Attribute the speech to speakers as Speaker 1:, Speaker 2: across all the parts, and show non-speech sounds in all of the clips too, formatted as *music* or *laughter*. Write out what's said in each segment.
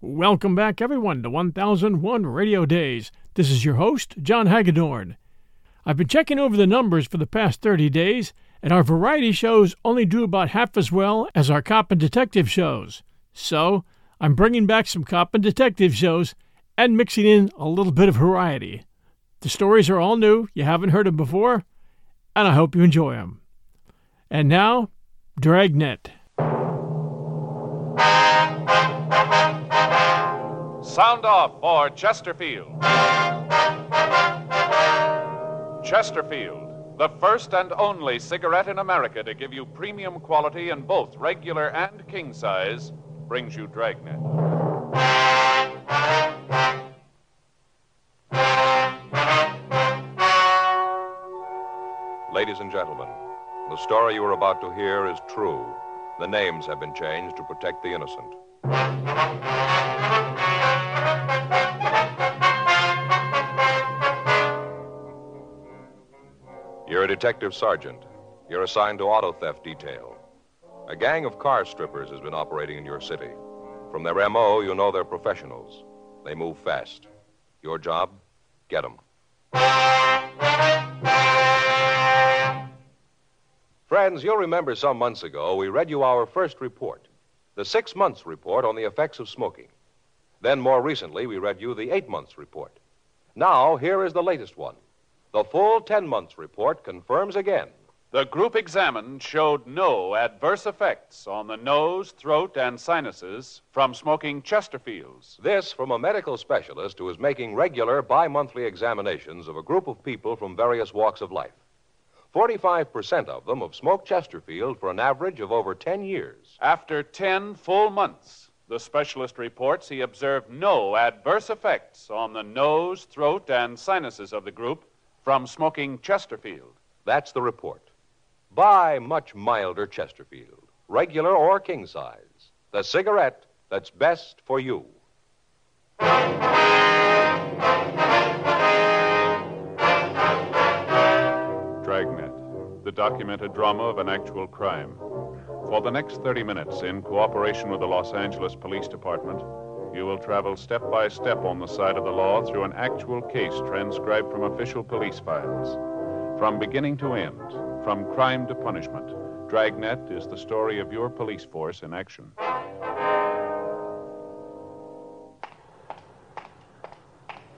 Speaker 1: Welcome back, everyone, to 1001 Radio Days. This is your host, John Hagedorn. I've been checking over the numbers for the past 30 days, and our variety shows only do about half as well as our cop and detective shows. So, I'm bringing back some cop and detective shows and mixing in a little bit of variety. The stories are all new, you haven't heard them before, and I hope you enjoy them. And now, Dragnet.
Speaker 2: Sound off for Chesterfield. Chesterfield, the first and only cigarette in America to give you premium quality in both regular and king size, brings you Dragnet.
Speaker 3: Ladies and gentlemen, the story you are about to hear is true. The names have been changed to protect the innocent. You're a detective sergeant. You're assigned to auto theft detail. A gang of car strippers has been operating in your city. From their MO, you know they're professionals. They move fast. Your job? Get 'em. Friends, you'll remember some months ago we read you our first report, the six months report on the effects of smoking. Then, more recently, we read you the eight months report. Now, here is the latest one. The full ten months report confirms again
Speaker 2: The group examined showed no adverse effects on the nose, throat, and sinuses from smoking Chesterfields.
Speaker 3: This from a medical specialist who is making regular bi monthly examinations of a group of people from various walks of life. 45% of them have smoked Chesterfield for an average of over 10 years.
Speaker 2: After 10 full months, the specialist reports he observed no adverse effects on the nose, throat, and sinuses of the group from smoking Chesterfield.
Speaker 3: That's the report. Buy much milder Chesterfield, regular or king size, the cigarette that's best for you.
Speaker 2: Dragnet, the documented drama of an actual crime. For the next 30 minutes, in cooperation with the Los Angeles Police Department, you will travel step by step on the side of the law through an actual case transcribed from official police files. From beginning to end, from crime to punishment, Dragnet is the story of your police force in action.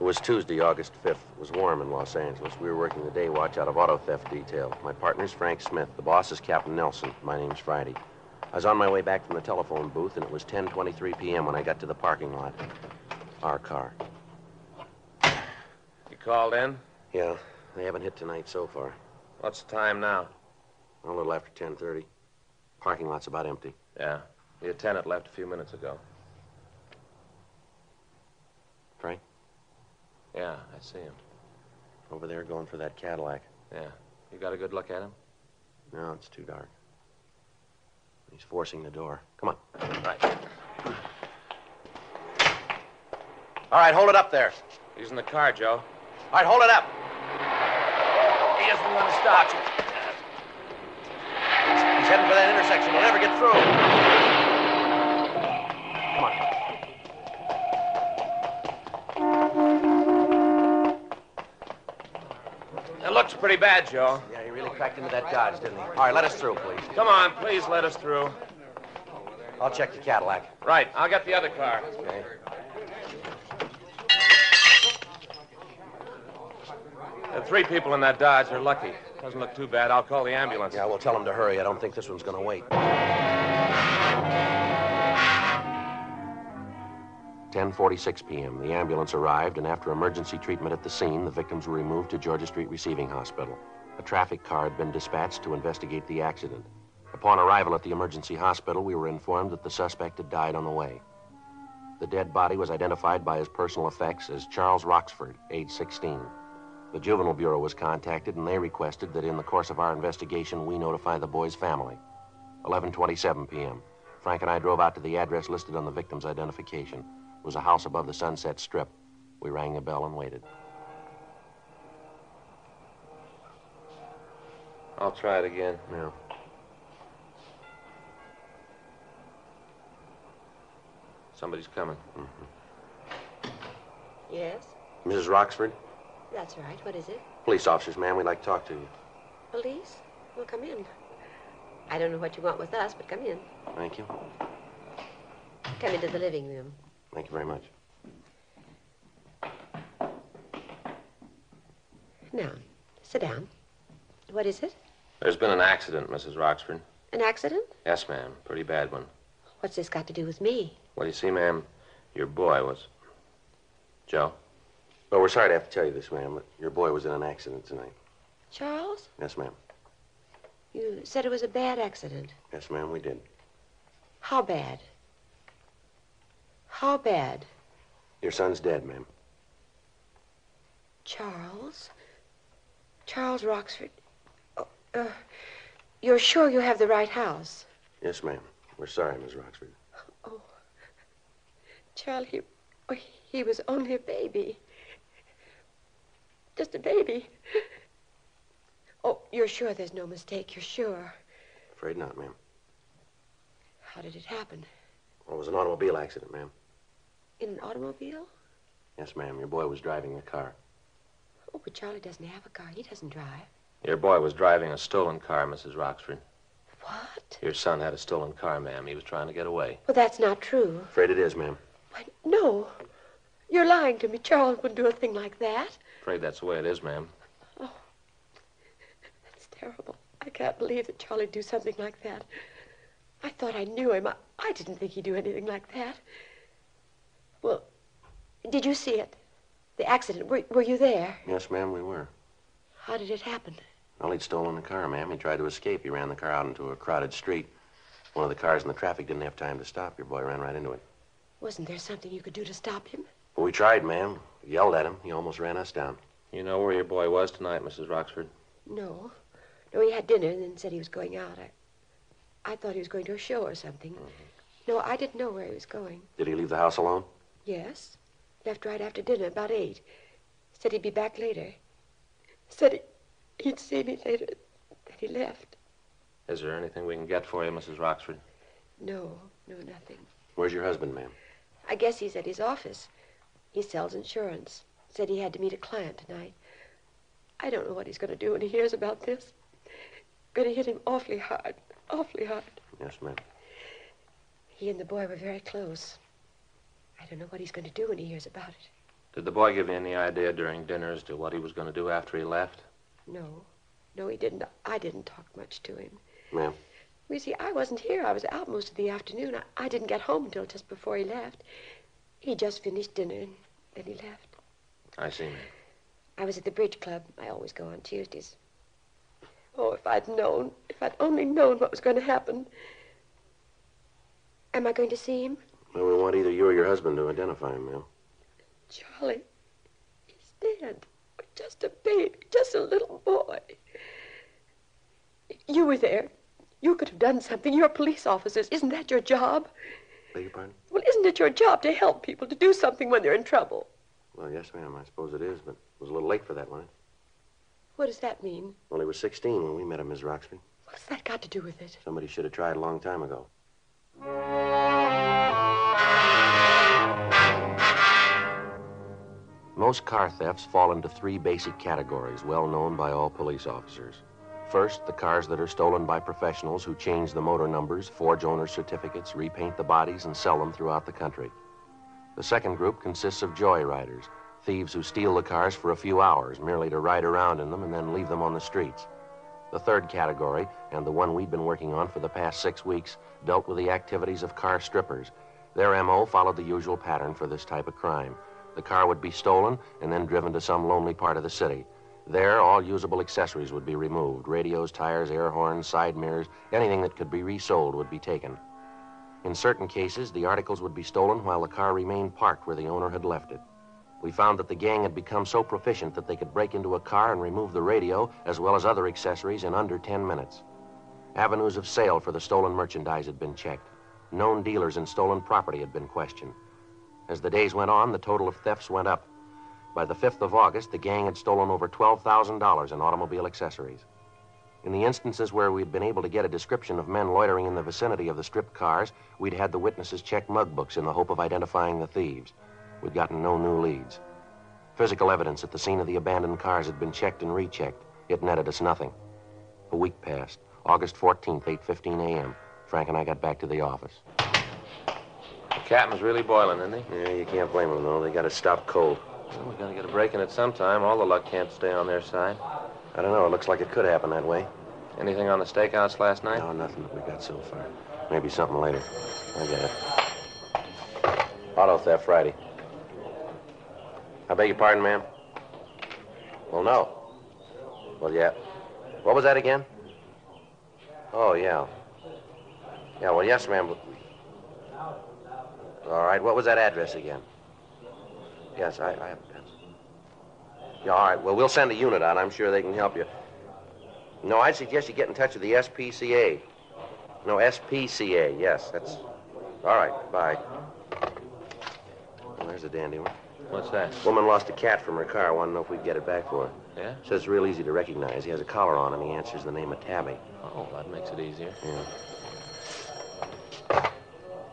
Speaker 4: It was Tuesday, August 5th. It was warm in Los Angeles. We were working the day watch out of auto theft detail. My partner's Frank Smith. The boss is Captain Nelson. My name's Friday. I was on my way back from the telephone booth, and it was 10.23 p.m. when I got to the parking lot. Our car.
Speaker 5: You called in?
Speaker 4: Yeah, they haven't hit tonight so far.
Speaker 5: What's the time now?
Speaker 4: A little after 10.30. Parking lot's about empty.
Speaker 5: Yeah. The attendant left a few minutes ago.
Speaker 4: Frank,
Speaker 5: Yeah, I see him.
Speaker 4: over there going for that Cadillac.
Speaker 5: Yeah. You got a good look at him?
Speaker 4: No, it's too dark. He's forcing the door. Come on.
Speaker 5: Right.
Speaker 4: All right, hold it up there.
Speaker 5: He's in the car, Joe.
Speaker 4: All right, hold it up.
Speaker 5: He isn't going to stop.
Speaker 4: He's heading for that intersection. We'll never get through. Come on.
Speaker 5: It looks pretty bad, Joe.
Speaker 4: Yeah, he really cracked into that Dodge, didn't he? All right, let us through, please.
Speaker 5: Come on, please let us through.
Speaker 4: I'll check the Cadillac.
Speaker 5: Right. I'll get the other car.
Speaker 4: Okay.
Speaker 5: The three people in that Dodge are lucky. Doesn't look too bad. I'll call the ambulance.
Speaker 4: Yeah, we'll tell him to hurry. I don't think this one's going to wait. Ten forty-six p.m. The ambulance arrived, and after emergency treatment at the scene, the victims were removed to Georgia Street Receiving Hospital. A traffic car had been dispatched to investigate the accident. Upon arrival at the emergency hospital, we were informed that the suspect had died on the way. The dead body was identified by his personal effects as Charles Roxford, age 16. The Juvenile Bureau was contacted, and they requested that in the course of our investigation, we notify the boy's family. 11:27 p.m. Frank and I drove out to the address listed on the victim's identification. It was a house above the Sunset Strip. We rang the bell and waited.
Speaker 5: I'll try it again.
Speaker 4: Yeah.
Speaker 5: Somebody's coming.
Speaker 6: Yes,
Speaker 4: Mrs. Roxford?
Speaker 6: that's right. What is it?
Speaker 4: Police officers, ma'am, we'd like to talk to you.
Speaker 6: Police? Well, come in. I don't know what you want with us, but come in.
Speaker 4: Thank you.
Speaker 6: Come into the living room.
Speaker 4: Thank you very much.
Speaker 6: Now, sit down. What is it?
Speaker 5: There's been an accident, Mrs. Roxford.
Speaker 6: An accident?
Speaker 5: Yes, ma'am. Pretty bad one.
Speaker 6: What's this got to do with me?
Speaker 5: Well, you see, ma'am, your boy was. Joe?
Speaker 4: Well, we're sorry to have to tell you this, ma'am, but your boy was in an accident tonight.
Speaker 6: Charles?
Speaker 4: Yes, ma'am.
Speaker 6: You said it was a bad accident.
Speaker 4: Yes, ma'am, we did.
Speaker 6: How bad? How bad?
Speaker 4: Your son's dead, ma'am.
Speaker 6: Charles? Charles Roxford? Oh, uh, you're sure you have the right house?
Speaker 4: Yes, ma'am. We're sorry, Miss Roxford.
Speaker 6: Charlie, he, oh, he was only a baby. Just a baby. Oh, you're sure there's no mistake? You're sure?
Speaker 4: Afraid not, ma'am.
Speaker 6: How did it happen?
Speaker 4: Well, it was an automobile accident, ma'am.
Speaker 6: In an automobile?
Speaker 4: Yes, ma'am. Your boy was driving the car.
Speaker 6: Oh, but Charlie doesn't have a car. He doesn't drive.
Speaker 5: Your boy was driving a stolen car, Mrs. Roxford.
Speaker 6: What?
Speaker 5: Your son had a stolen car, ma'am. He was trying to get away.
Speaker 6: Well, that's not true.
Speaker 4: Afraid it is, ma'am.
Speaker 6: Why, no. You're lying to me. Charles wouldn't do a thing like that.
Speaker 5: Afraid that's the way it is, ma'am.
Speaker 6: That's terrible. I can't believe that Charlie'd do something like that. I thought I knew him. I, I didn't think he'd do anything like that. Well, did you see it? The accident. Were, were you there?
Speaker 4: Yes, ma'am, we were.
Speaker 6: How did it happen?
Speaker 4: Well, he'd stolen the car, ma'am. He tried to escape. He ran the car out into a crowded street. One of the cars in the traffic didn't have time to stop. Your boy ran right into it.
Speaker 6: Wasn't there something you could do to stop him?
Speaker 4: Well, we tried, ma'am. We yelled at him. He almost ran us down.
Speaker 5: You know where your boy was tonight, Mrs. Roxford?
Speaker 6: No. No, he had dinner and then said he was going out. I, I thought he was going to a show or something. No, I didn't know where he was going.
Speaker 4: Did he leave the house alone?
Speaker 6: Yes. Left right after dinner, about eight. Said he'd be back later. Said he, he'd see me later. Then he left.
Speaker 5: Is there anything we can get for you, Mrs. Roxford?
Speaker 6: No, no, nothing.
Speaker 4: Where's your husband, ma'am?
Speaker 6: I guess he's at his office. He sells insurance. Said he had to meet a client tonight. I don't know what he's going to do when he hears about this. Going to hit him awfully hard, awfully hard.
Speaker 4: Yes, ma'am.
Speaker 6: He and the boy were very close. I don't know what he's going to do when he hears about it.
Speaker 5: Did the boy give you any idea during dinner as to what he was going to do after he left?
Speaker 6: No, no, he didn't. I didn't talk much to him.
Speaker 4: Ma'am,
Speaker 6: Well, You see, I wasn't here. I was out most of the afternoon. I, I didn't get home until just before he left. He just finished dinner and then he left.
Speaker 5: I see, ma'am.
Speaker 6: I was at the bridge club. I always go on Tuesdays. Oh, if I'd known, if I'd only known what was going to happen. Am I going to see him?
Speaker 4: well, we want either you or your husband to identify him, ma'am.
Speaker 6: Charlie, he's dead. Just a baby, just a little boy. You were there. You could have done something. You're police officers. Isn't that your job?
Speaker 4: Beg your pardon?
Speaker 6: Well, isn't it your job to help people, to do something when they're in trouble?
Speaker 4: Well, yes, ma'am. I suppose it is, but it was a little late for that, wasn't it?
Speaker 6: What does that mean?
Speaker 4: Well, he was 16 when we met him, Miss Roxford.
Speaker 6: What's that got to do with it?
Speaker 4: Somebody should have tried a long time ago. Most car thefts fall into three basic categories well known by all police officers. First, the cars that are stolen by professionals who change the motor numbers, forge owner certificates, repaint the bodies, and sell them throughout the country. The second group consists of joyriders, thieves who steal the cars for a few hours merely to ride around in them and then leave them on the streets. The third category, and the one we've been working on for the past six weeks, dealt with the activities of car strippers. Their MO followed the usual pattern for this type of crime. The car would be stolen and then driven to some lonely part of the city. There, all usable accessories would be removed radios, tires, air horns, side mirrors, anything that could be resold would be taken. In certain cases, the articles would be stolen while the car remained parked where the owner had left it. We found that the gang had become so proficient that they could break into a car and remove the radio, as well as other accessories, in under 10 minutes. Avenues of sale for the stolen merchandise had been checked. Known dealers in stolen property had been questioned. As the days went on, the total of thefts went up. By the 5th of August, the gang had stolen over $12,000 in automobile accessories. In the instances where we'd been able to get a description of men loitering in the vicinity of the stripped cars, we'd had the witnesses check mug books in the hope of identifying the thieves. We'd gotten no new leads. Physical evidence at the scene of the abandoned cars had been checked and rechecked. It netted us nothing. A week passed. August 14th, 8.15 a.m. Frank and I got back to the office.
Speaker 5: The captain's really boiling, isn't he?
Speaker 4: Yeah, you can't blame them, though. They got to stop cold.
Speaker 5: Well, we gotta get a break in it sometime. All the luck can't stay on their side.
Speaker 4: I don't know. It looks like it could happen that way.
Speaker 5: Anything on the stakeouts last night?
Speaker 4: No, nothing that we got so far. Maybe something later. I got it. Auto theft Friday. I beg your pardon, ma'am. Well, no. Well, yeah. What was that again? Oh, yeah. Yeah, well, yes, ma'am. but- All right, what was that address again? Yes, I, I have Yeah, all right. Well, we'll send a unit out. I'm sure they can help you. No, I'd suggest you get in touch with the SPCA. No, SPCA, yes, that's. All right, bye. Well, there's a dandy one.
Speaker 5: What's that?
Speaker 4: Woman lost a cat from her car. Wanted to know if we'd get it back for her.
Speaker 5: Yeah?
Speaker 4: Says it's real easy to recognize. He has a collar on and he answers the name of Tabby.
Speaker 5: Oh, that makes it easier.
Speaker 4: Yeah.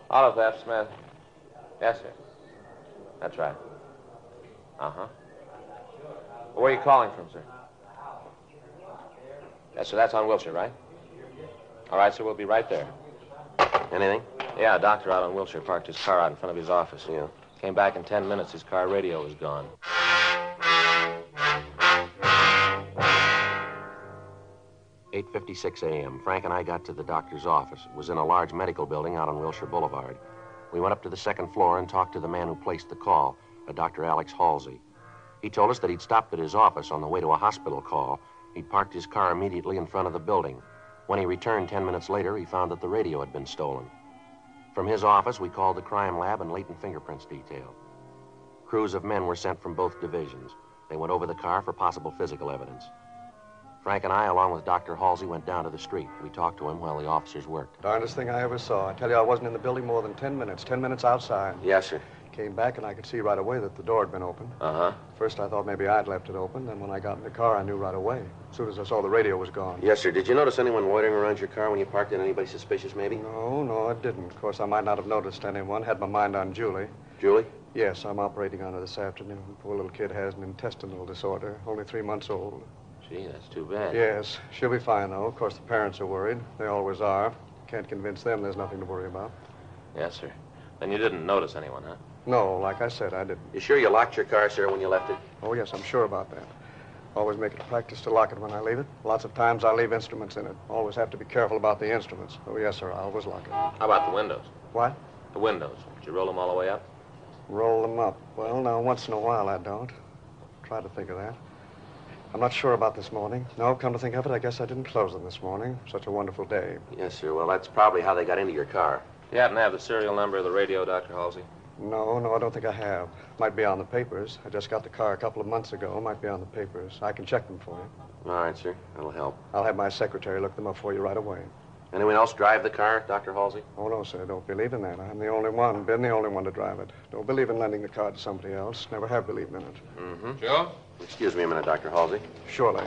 Speaker 5: Auto theft, Smith. Yes, sir. That's right. Uh huh. Where are you calling from, sir? Yes, sir. That's on Wilshire, right? All right, sir. We'll be right there.
Speaker 4: Anything?
Speaker 5: Yeah, a doctor out on Wilshire parked his car out in front of his office.
Speaker 4: Yeah.
Speaker 5: Came back in ten minutes. His car radio was gone.
Speaker 4: Eight fifty-six a.m. Frank and I got to the doctor's office. It was in a large medical building out on Wilshire Boulevard. We went up to the second floor and talked to the man who placed the call, a Dr. Alex Halsey. He told us that he'd stopped at his office on the way to a hospital call. He'd parked his car immediately in front of the building. When he returned ten minutes later, he found that the radio had been stolen. From his office, we called the crime lab and latent fingerprints detail. Crews of men were sent from both divisions. They went over the car for possible physical evidence. Frank and I, along with Dr. Halsey, went down to the street. We talked to him while the officers worked.
Speaker 7: Darndest thing I ever saw. I tell you, I wasn't in the building more than 10 minutes, 10 minutes outside.
Speaker 4: Yes, sir.
Speaker 7: Came back and I could see right away that the door had been open.
Speaker 5: Uh huh.
Speaker 7: First, I thought maybe I'd left it open. Then, when I got in the car, I knew right away. As soon as I saw the radio was gone.
Speaker 4: Yes, sir. Did you notice anyone loitering around your car when you parked it? Anybody suspicious, maybe?
Speaker 7: No, no, it didn't. Of course, I might not have noticed anyone. Had my mind on Julie.
Speaker 4: Julie?
Speaker 7: Yes, I'm operating on her this afternoon. Poor little kid has an intestinal disorder, only three months old.
Speaker 5: Gee, that's too bad.
Speaker 7: Yes, she'll be fine, though. Of course, the parents are worried. They always are. Can't convince them there's nothing to worry about.
Speaker 5: Yes, sir. Then you didn't notice anyone, huh?
Speaker 7: No, like I said, I didn't.
Speaker 4: You sure you locked your car, sir, when you left it?
Speaker 7: Oh, yes, I'm sure about that. Always make it a practice to lock it when I leave it. Lots of times I leave instruments in it. Always have to be careful about the instruments. Oh, yes, sir, I always lock it.
Speaker 5: How about the windows?
Speaker 7: What?
Speaker 5: The windows. Did you roll them all the way up?
Speaker 7: Roll them up. Well, now, once in a while I don't. Try to think of that. I'm not sure about this morning. No, come to think of it, I guess I didn't close them this morning. Such a wonderful day.
Speaker 4: Yes, sir. Well, that's probably how they got into your car.
Speaker 5: You happen to have the serial number of the radio, Dr. Halsey?
Speaker 7: No, no, I don't think I have. Might be on the papers. I just got the car a couple of months ago. Might be on the papers. I can check them for you.
Speaker 4: All right, sir. That'll help.
Speaker 7: I'll have my secretary look them up for you right away.
Speaker 4: Anyone else drive the car, Dr. Halsey?
Speaker 7: Oh, no, sir. Don't believe in that. I'm the only one, been the only one to drive it. Don't believe in lending the car to somebody else. Never have believed in it.
Speaker 5: Joe?
Speaker 4: Excuse me a minute, Dr. Halsey.
Speaker 7: Surely.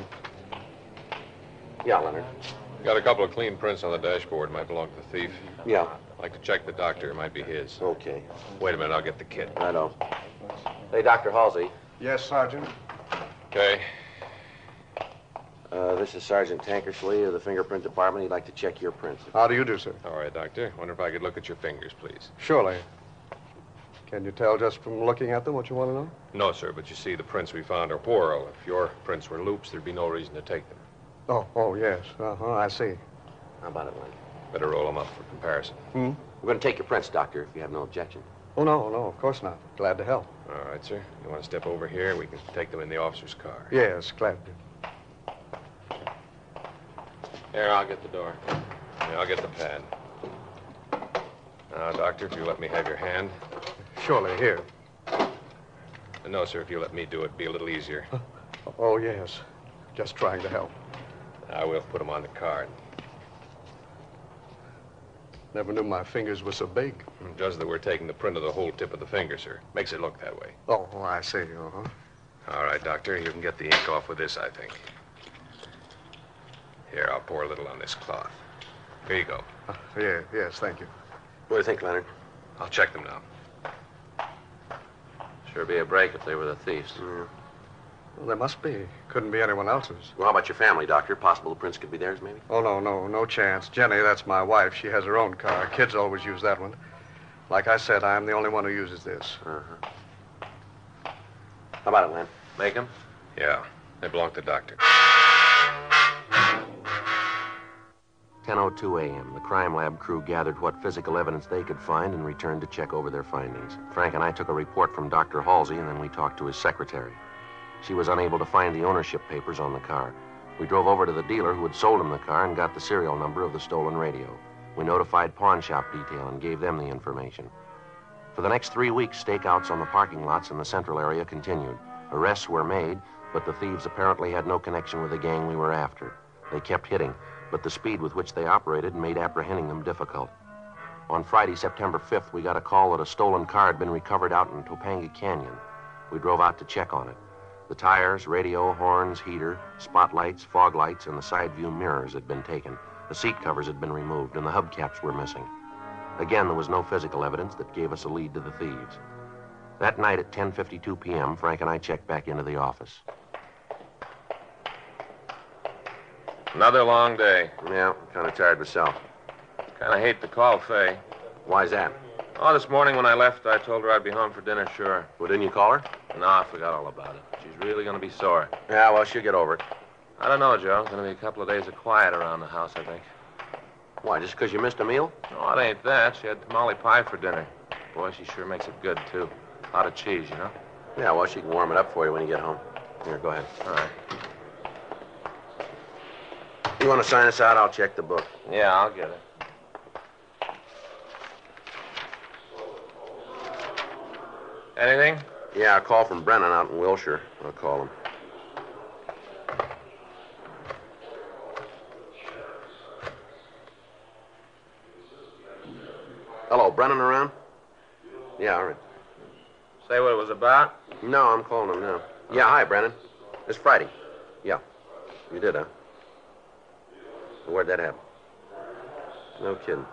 Speaker 4: Yeah, Leonard.
Speaker 8: Got a couple of clean prints on the dashboard. Might belong to the thief.
Speaker 4: Yeah.
Speaker 8: I'd like to check the doctor. It might be his.
Speaker 4: Okay.
Speaker 8: Wait a minute. I'll get the kit.
Speaker 4: I know. Hey, Dr. Halsey.
Speaker 7: Yes, Sergeant.
Speaker 8: Okay.
Speaker 4: Uh, this is Sergeant Tankersley of the fingerprint department. He'd like to check your prints.
Speaker 7: How do you do, sir?
Speaker 8: All right, doctor. Wonder if I could look at your fingers, please.
Speaker 7: Surely. Can you tell just from looking at them what you want to know?
Speaker 8: No, sir, but you see, the prints we found are whorl. If your prints were loops, there'd be no reason to take them.
Speaker 7: Oh, oh, yes. Uh-huh, I see.
Speaker 4: How about it, Leonard?
Speaker 8: Better roll them up for comparison.
Speaker 4: We're going to take your prints, doctor, if you have no objection.
Speaker 7: Hmm? Oh, no, no, of course not. Glad to help.
Speaker 8: All right, sir. You want to step over here? We can take them in the officer's car.
Speaker 7: Yes, glad to.
Speaker 5: Here, I'll get the door.
Speaker 8: Yeah, I'll get the pad. Now, doctor, if you let me have your hand.
Speaker 7: Surely, here.
Speaker 8: No, sir, if you let me do it, it'd be a little easier.
Speaker 7: Oh, yes. Just trying to help.
Speaker 8: I will put them on the card.
Speaker 7: Never knew my fingers were so big.
Speaker 8: Just that we're taking the print of the whole tip of the finger, sir. Makes it look that way.
Speaker 7: Oh, oh, I see. Uh-huh.
Speaker 8: All right, Doctor. You can get the ink off with this, I think. Here, I'll pour a little on this cloth. Here you go.
Speaker 7: Uh, Yeah, yes, thank you.
Speaker 4: What do you think, Leonard?
Speaker 8: I'll check them now.
Speaker 5: Sure be a break if they were the thieves.
Speaker 7: Well, there must be. Mm, Couldn't be anyone else's.
Speaker 4: Well, how about your family, Doctor? Possible the prints could be theirs, maybe?
Speaker 7: Oh, no, no, no chance. Jenny, that's my wife. She has her own car. Kids always use that one. Like I said, I'm the only one who uses this.
Speaker 5: Uh-huh.
Speaker 4: How about it, Len?
Speaker 5: Make 'em?
Speaker 8: Yeah, they belong to Doctor.
Speaker 4: 10.02 a.m. The crime lab crew gathered what physical evidence they could find and returned to check over their findings. Frank and I took a report from Dr. Halsey, and then we talked to his secretary. She was unable to find the ownership papers on the car. We drove over to the dealer who had sold him the car and got the serial number of the stolen radio. We notified pawn shop detail and gave them the information. For the next three weeks, stakeouts on the parking lots in the central area continued. Arrests were made, but the thieves apparently had no connection with the gang we were after. They kept hitting, but the speed with which they operated made apprehending them difficult. On Friday, September 5th, we got a call that a stolen car had been recovered out in Topanga Canyon. We drove out to check on it. The tires, radio, horns, heater, spotlights, fog lights, and the side view mirrors had been taken. The seat covers had been removed, and the hubcaps were missing. Again, there was no physical evidence that gave us a lead to the thieves. That night at 10:52 p.m., Frank and I checked back into the office.
Speaker 5: Another long day.
Speaker 4: Yeah, kind of tired myself.
Speaker 5: Kind of hate to call Fay.
Speaker 4: Why's that?
Speaker 5: Oh, this morning when I left, I told her I'd be home for dinner, sure.
Speaker 4: Well, didn't you call her?
Speaker 5: No, I forgot all about it. She's really going to be sore.
Speaker 4: Yeah, well, she'll get over it.
Speaker 5: I don't know, Joe. It's going to be a couple of days of quiet around the house, I think.
Speaker 4: Why, just because you missed a meal?
Speaker 5: No, it ain't that. She had tamale pie for dinner. Boy, she sure makes it good, too. Lot of cheese, you know?
Speaker 4: Yeah, well, she can warm it up for you when you get home. Here, go ahead.
Speaker 5: All right.
Speaker 4: You want to sign us out? I'll check the book.
Speaker 5: Yeah, I'll get it. Anything?
Speaker 4: Yeah, a call from Brennan out in Wilshire. I'll call him. Hello, Brennan around? Yeah, all right.
Speaker 5: Say what it was about?
Speaker 4: No, I'm calling him now. Yeah, hi, Brennan. It's Friday. Yeah. You did, huh? Where'd that happen? No kidding.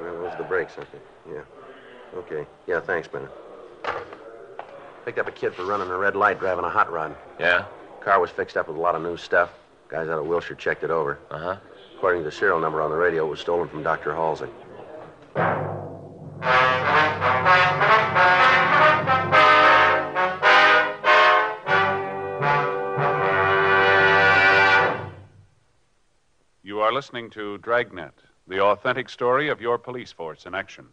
Speaker 4: Well, those are the brakes, I think. Yeah. Okay. Yeah, thanks, Brennan. Picked up a kid for running a red light driving a hot rod.
Speaker 5: Yeah.
Speaker 4: Car was fixed up with a lot of new stuff. Guys out of Wilshire checked it over.
Speaker 5: Uh huh.
Speaker 4: According to the serial number on the radio, it was stolen from Dr. Halsey.
Speaker 2: You are listening to Dragnet, the authentic story of your police force in action.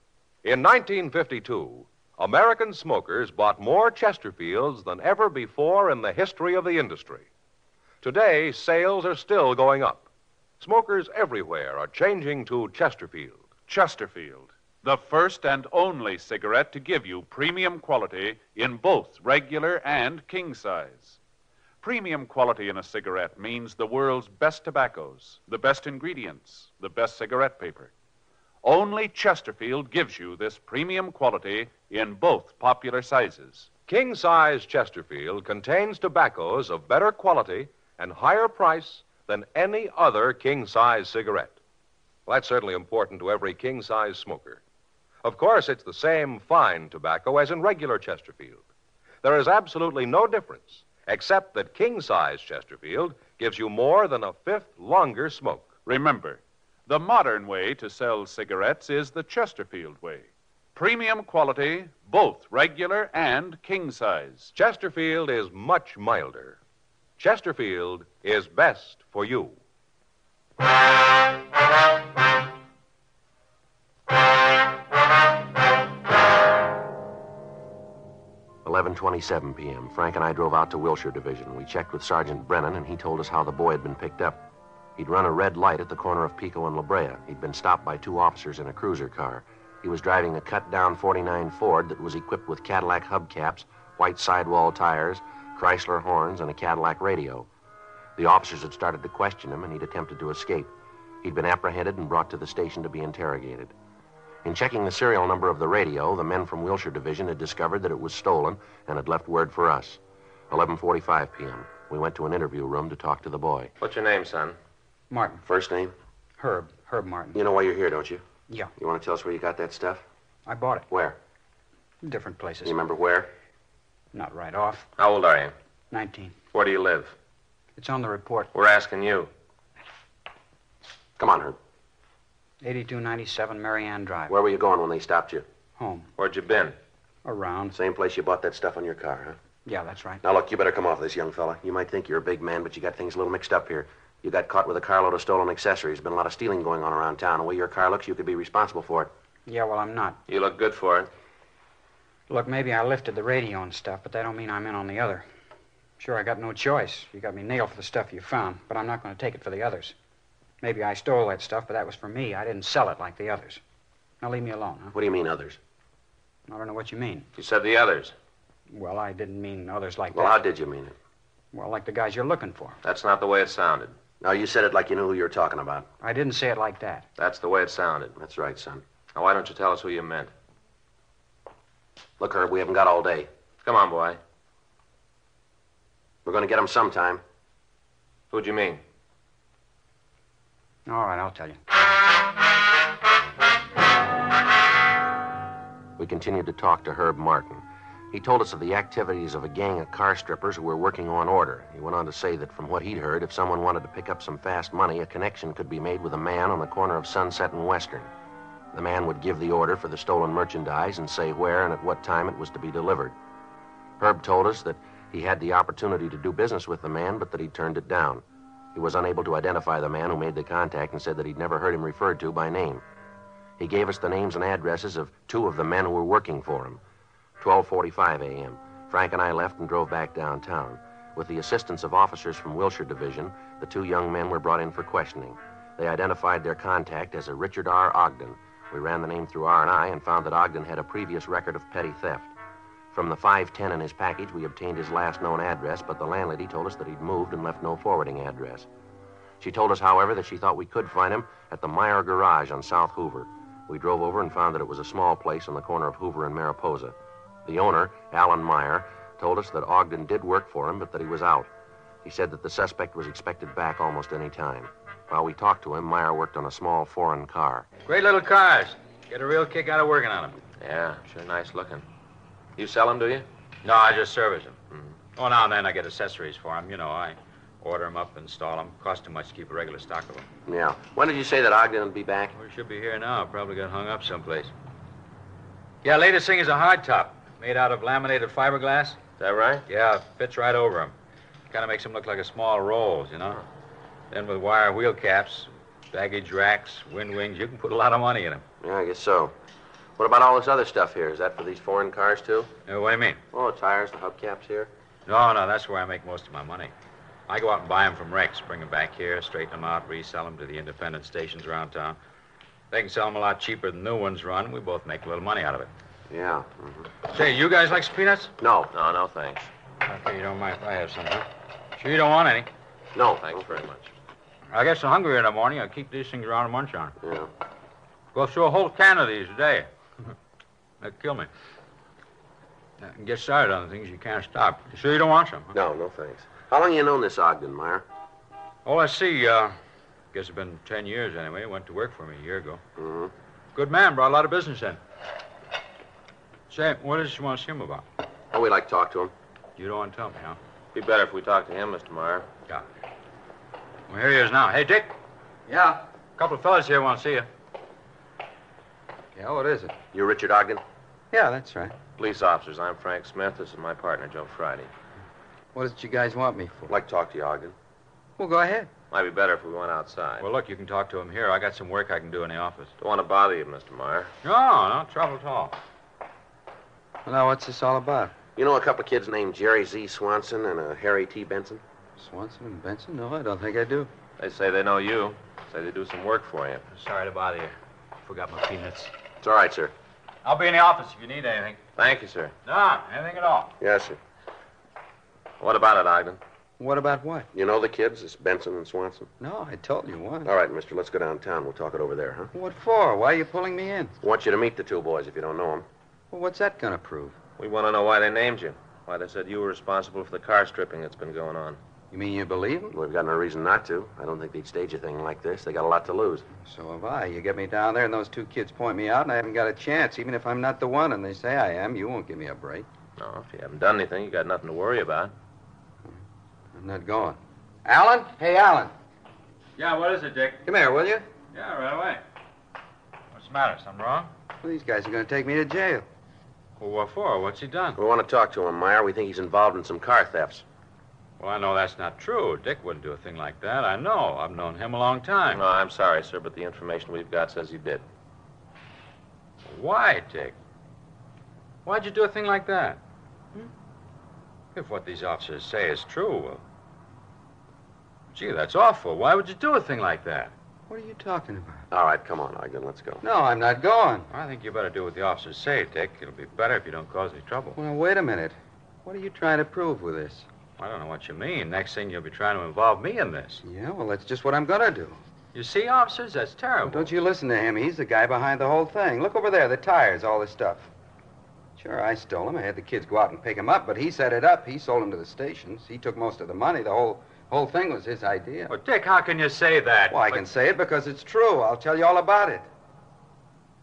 Speaker 3: In 1952, American smokers bought more Chesterfields than ever before in the history of the industry. Today, sales are still going up. Smokers everywhere are changing to Chesterfield.
Speaker 2: Chesterfield, the first and only cigarette to give you premium quality in both regular and king size. Premium quality in a cigarette means the world's best tobaccos, the best ingredients, the best cigarette paper. Only Chesterfield gives you this premium quality in both popular sizes.
Speaker 3: King size Chesterfield contains tobaccos of better quality and higher price than any other king size cigarette. Well, that's certainly important to every king size smoker. Of course, it's the same fine tobacco as in regular Chesterfield. There is absolutely no difference, except that king size Chesterfield gives you more than a fifth longer smoke.
Speaker 2: Remember, the modern way to sell cigarettes is the Chesterfield way. Premium quality, both regular and king size.
Speaker 3: Chesterfield is much milder. Chesterfield is best for you.
Speaker 4: Eleven twenty-seven p.m. Frank and I drove out to Wilshire Division. We checked with Sergeant Brennan, and he told us how the boy had been picked up. He'd run a red light at the corner of Pico and La Brea. He'd been stopped by two officers in a cruiser car. He was driving a cut-down 49 Ford that was equipped with Cadillac hubcaps, white sidewall tires, Chrysler horns, and a Cadillac radio. The officers had started to question him, and he'd attempted to escape. He'd been apprehended and brought to the station to be interrogated. In checking the serial number of the radio, the men from Wilshire Division had discovered that it was stolen and had left word for us. 11:45 p.m. We went to an interview room to talk to the boy.
Speaker 5: What's your name, son?
Speaker 9: Martin.
Speaker 4: First name?
Speaker 9: Herb. Herb Martin.
Speaker 4: You know why you're here, don't you?
Speaker 9: Yeah.
Speaker 4: You want to tell us where you got that stuff?
Speaker 9: I bought it.
Speaker 4: Where?
Speaker 9: in Different places.
Speaker 4: You remember where?
Speaker 9: Not right off.
Speaker 5: How old are you?
Speaker 9: 19.
Speaker 5: Where do you live?
Speaker 9: It's on the report.
Speaker 5: We're asking you.
Speaker 4: Come on, Herb.
Speaker 9: 8297 Marianne Drive.
Speaker 4: Where were you going when they stopped you?
Speaker 9: Home.
Speaker 5: Where'd you been?
Speaker 9: Around.
Speaker 4: Same place you bought that stuff on your car, huh?
Speaker 9: Yeah, that's right.
Speaker 4: Now, look, you better come off this, young fella. You might think you're a big man, but you got things a little mixed up here. You got caught with a carload of stolen accessories. Been a lot of stealing going on around town. The way your car looks, you could be responsible for it.
Speaker 9: Yeah, well, I'm not.
Speaker 5: You look good for it.
Speaker 9: Look, maybe I lifted the radio and stuff, but that don't mean I'm in on the other. Sure, I got no choice. You got me nailed for the stuff you found, but I'm not going to take it for the others. Maybe I stole that stuff, but that was for me. I didn't sell it like the others. Now leave me alone, huh?
Speaker 4: What do you mean, others?
Speaker 9: I don't know what you mean.
Speaker 5: You said the others.
Speaker 9: Well, I didn't mean others like
Speaker 4: Well,
Speaker 9: that.
Speaker 4: how did you mean it?
Speaker 9: Well, like the guys you're looking for.
Speaker 5: That's not the way it sounded.
Speaker 4: No, you said it like you knew who you were talking about.
Speaker 9: I didn't say it like that.
Speaker 5: That's the way it sounded.
Speaker 4: That's right, son.
Speaker 5: Now, why don't you tell us who you meant?
Speaker 4: Look, Herb, we haven't got all day.
Speaker 5: Come on, boy.
Speaker 4: We're going to get them sometime.
Speaker 5: Who'd you mean?
Speaker 9: All right, I'll tell you.
Speaker 4: We continued to talk to Herb Martin. He told us of the activities of a gang of car strippers who were working on order. He went on to say that from what he'd heard, if someone wanted to pick up some fast money, a connection could be made with a man on the corner of Sunset and Western. The man would give the order for the stolen merchandise and say where and at what time it was to be delivered. Herb told us that he had the opportunity to do business with the man, but that he turned it down. He was unable to identify the man who made the contact and said that he'd never heard him referred to by name. He gave us the names and addresses of two of the men who were working for him. 12:45 a.m. Frank and I left and drove back downtown. With the assistance of officers from Wilshire Division, the two young men were brought in for questioning. They identified their contact as a Richard R. Ogden. We ran the name through R&I and found that Ogden had a previous record of petty theft. From the 510 in his package, we obtained his last known address, but the landlady told us that he'd moved and left no forwarding address. She told us, however, that she thought we could find him at the Meyer Garage on South Hoover. We drove over and found that it was a small place on the corner of Hoover and Mariposa. The owner, Alan Meyer, told us that Ogden did work for him, but that he was out. He said that the suspect was expected back almost any time. While we talked to him, Meyer worked on a small foreign car.
Speaker 10: Great little cars. Get a real kick out of working on them.
Speaker 5: Yeah, sure nice looking. You sell them, do you?
Speaker 10: No, I just service them.
Speaker 4: Mm-hmm.
Speaker 10: Oh, now and then I get accessories for them. You know, I order them up, install them. Cost too much to keep a regular stock of them.
Speaker 4: Yeah. When did you say that Ogden would be back?
Speaker 10: We should be here now. Probably got hung up someplace. Yeah, latest thing is a hardtop made out of laminated fiberglass.
Speaker 5: Is that right?
Speaker 10: Yeah, fits right over them. Kind of makes them look like a small rolls, you know. Then with wire wheel caps, baggage racks, wind wings, you can put a lot of money in them.
Speaker 4: Yeah, I guess so. What about all this other stuff here? Is that for these foreign cars, too?
Speaker 10: Uh, what do you mean?
Speaker 4: Oh, tires, the hubcaps here.
Speaker 10: No, no, that's where I make most of my money. I go out and buy them from Rex, bring them back here, straighten them out, resell them to the independent stations around town. They can sell them a lot cheaper than new ones run. We both make a little money out of it.
Speaker 4: Yeah. mm-hmm.
Speaker 10: Say, you guys like some peanuts?
Speaker 4: No,
Speaker 5: No, no, thanks.
Speaker 10: Okay, you don't mind if I have some, huh? Sure you don't want any.
Speaker 4: no.
Speaker 5: Thanks very much.
Speaker 10: I guess I'm hungry in the morning. I'll keep these things around and munch on.
Speaker 4: Yeah.
Speaker 10: Go through a whole can of these *laughs* today. That'd kill me. I can get started on the things you can't stop. You sure you don't want some? huh?
Speaker 4: No, no thanks. How long you known this Ogden, Meyer?
Speaker 10: Oh, let's see. Uh, guess it's been ten years anyway. He Went to work for me a year ago.
Speaker 4: Mhm.
Speaker 10: Good man. Brought a lot of business in. Say, what is it you want to see him about?
Speaker 4: Oh, we like to talk to him.
Speaker 10: You don't want to tell me, huh?
Speaker 5: Be better if we talk to him, Mr. Meyer.
Speaker 10: Well, here he is now. Hey, Dick.
Speaker 9: Yeah?
Speaker 10: A couple of fellas here want to see you. Yeah, what is it?
Speaker 4: You Richard Ogden?
Speaker 9: Yeah, that's right.
Speaker 5: Police officers, I'm Frank Smith. This is my partner, Joe Friday.
Speaker 9: What is it you guys want me for?
Speaker 4: I'd like to talk to you, Ogden.
Speaker 9: Well, go ahead.
Speaker 5: Might be better if we went outside.
Speaker 10: Well, look, you can talk to him here. I got some work I can do in the office.
Speaker 5: don't want to bother you, Mr. Meyer.
Speaker 10: No, no trouble at all.
Speaker 9: Well, now, what's this all about?
Speaker 4: You know a couple of kids named Jerry Z. Swanson and uh, Harry T. Benson?
Speaker 9: Swanson and Benson? No, I don't think I do.
Speaker 5: They say they know you. Say they do some work for you.
Speaker 10: Sorry to bother you. Forgot my peanuts.
Speaker 4: It's all right, sir.
Speaker 10: I'll be in the office if you need anything.
Speaker 5: Thank you, sir.
Speaker 10: No, anything at all.
Speaker 4: Yes, sir.
Speaker 5: What about it, Ogden?
Speaker 9: What about what?
Speaker 4: You know the kids? It's Benson and Swanson.
Speaker 9: No, I told you why.
Speaker 4: All right, mister, let's go downtown. We'll talk it over there, huh?
Speaker 9: What for? Why are you pulling me in?
Speaker 4: I want you to meet the two boys if you don't know them.
Speaker 9: Well, what's that going to prove?
Speaker 5: We want to know why they named you. Why they said you were responsible for the car stripping that's been going on.
Speaker 11: You mean you believe him?
Speaker 4: We've got no reason not to. I don't think they'd stage a thing like this. They got a lot to lose.
Speaker 11: So have I. You get me down there, and those two kids point me out, and I haven't got a chance. Even if I'm not the one, and they say I am, you won't give me a break.
Speaker 10: No, if you haven't done anything, you got nothing to worry about.
Speaker 11: I'm not going. Alan? Hey, Alan.
Speaker 10: Yeah, what is it, Dick?
Speaker 11: Come here, will you?
Speaker 10: Yeah, right away. What's the matter? Something wrong?
Speaker 11: Well, these guys are going to take me to jail.
Speaker 10: Well, what for? What's he done?
Speaker 4: We want to talk to him, Meyer. We think he's involved in some car thefts.
Speaker 10: Well, I know that's not true. Dick wouldn't do a thing like that. I know. I've known him a long time.
Speaker 4: No, I'm sorry, sir, but the information we've got says he did.
Speaker 10: Why, Dick? Why'd you do a thing like that? Hmm? If what these officers say is true, well. Gee, that's awful. Why would you do a thing like that?
Speaker 11: What are you talking about?
Speaker 4: All right, come on, Ogden. Let's go.
Speaker 11: No, I'm not going.
Speaker 10: I think you better do what the officers say, Dick. It'll be better if you don't cause any trouble.
Speaker 11: Well, wait a minute. What are you trying to prove with this?
Speaker 10: I don't know what you mean. Next thing, you'll be trying to involve me in this.
Speaker 11: Yeah, well, that's just what I'm going to do.
Speaker 10: You see, officers, that's terrible.
Speaker 11: Well, don't you listen to him. He's the guy behind the whole thing. Look over there, the tires, all this stuff. Sure, I stole them. I had the kids go out and pick them up, but he set it up. He sold them to the stations. He took most of the money. The whole whole thing was his idea.
Speaker 10: Well, Dick, how can you say that?
Speaker 11: Well, I but... can say it because it's true. I'll tell you all about it.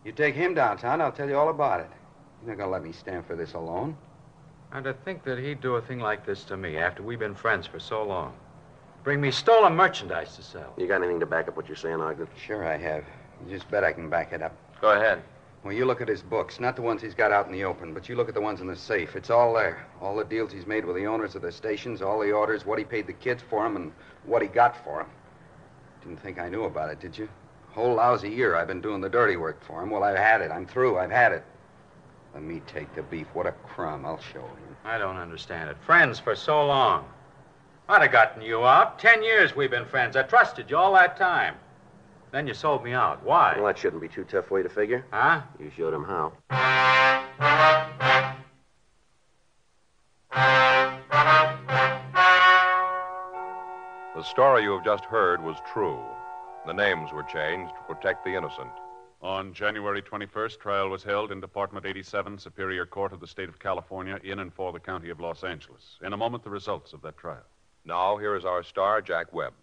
Speaker 11: You take him downtown, I'll tell you all about it. You're not going to let me stand for this alone.
Speaker 10: And to think that he'd do a thing like this to me after we've been friends for so long. Bring me stolen merchandise to sell.
Speaker 4: You got anything to back up what you're saying, Ogden?
Speaker 11: Sure, I have. You just bet I can back it up.
Speaker 10: Go ahead.
Speaker 11: Well, you look at his books, not the ones he's got out in the open, but you look at the ones in the safe. It's all there. All the deals he's made with the owners of the stations, all the orders, what he paid the kids for 'em, and what he got for 'em. Didn't think I knew about it, did you? Whole lousy year I've been doing the dirty work for him. Well, I've had it. I'm through. I've had it. Let me take the beef. What a crumb. I'll show him.
Speaker 10: I don't understand it. Friends for so long. I'd have gotten you out. Ten years we've been friends. I trusted you all that time. Then you sold me out. Why?
Speaker 4: Well, that shouldn't be too tough way to figure.
Speaker 10: Huh?
Speaker 4: You showed him how.
Speaker 2: The story you have just heard was true. The names were changed to protect the innocent. On January 21st, trial was held in Department 87, Superior Court of the State of California, in and for the County of Los Angeles. In a moment, the results of that trial.
Speaker 3: Now, here is our star, Jack Webb.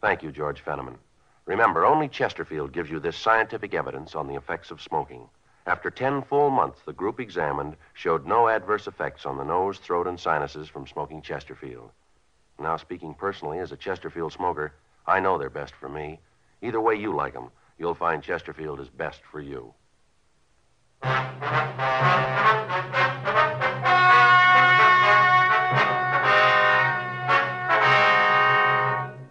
Speaker 4: Thank you, George Fenneman. Remember, only Chesterfield gives you this scientific evidence on the effects of smoking. After 10 full months, the group examined showed no adverse effects on the nose, throat, and sinuses from smoking Chesterfield. Now, speaking personally as a Chesterfield smoker, I know they're best for me. Either way you like 'em, you'll find Chesterfield is best for you.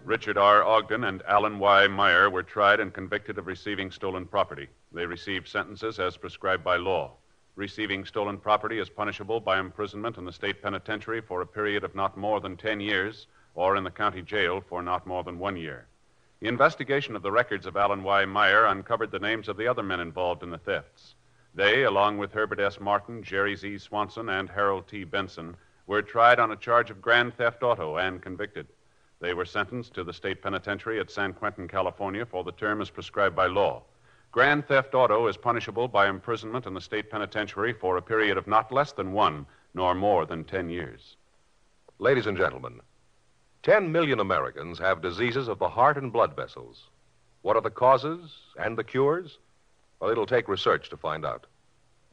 Speaker 2: Richard R. Ogden and Alan Y. Meyer were tried and convicted of receiving stolen property. They received sentences as prescribed by law. Receiving stolen property is punishable by imprisonment in the state penitentiary for a period of not more than 10 years or in the county jail for not more than one year. Investigation of the records of Alan Y. Meyer uncovered the names of the other men involved in the thefts. They, along with Herbert S. Martin, Jerry Z. Swanson, and Harold T. Benson, were tried on a charge of grand theft auto and convicted. They were sentenced to the state penitentiary at San Quentin, California, for the term as prescribed by law. Grand theft auto is punishable by imprisonment in the state penitentiary for a period of not less than one nor more than 10 years.
Speaker 3: Ladies and gentlemen, 10 million Americans have diseases of the heart and blood vessels. What are the causes and the cures? Well, it'll take research to find out.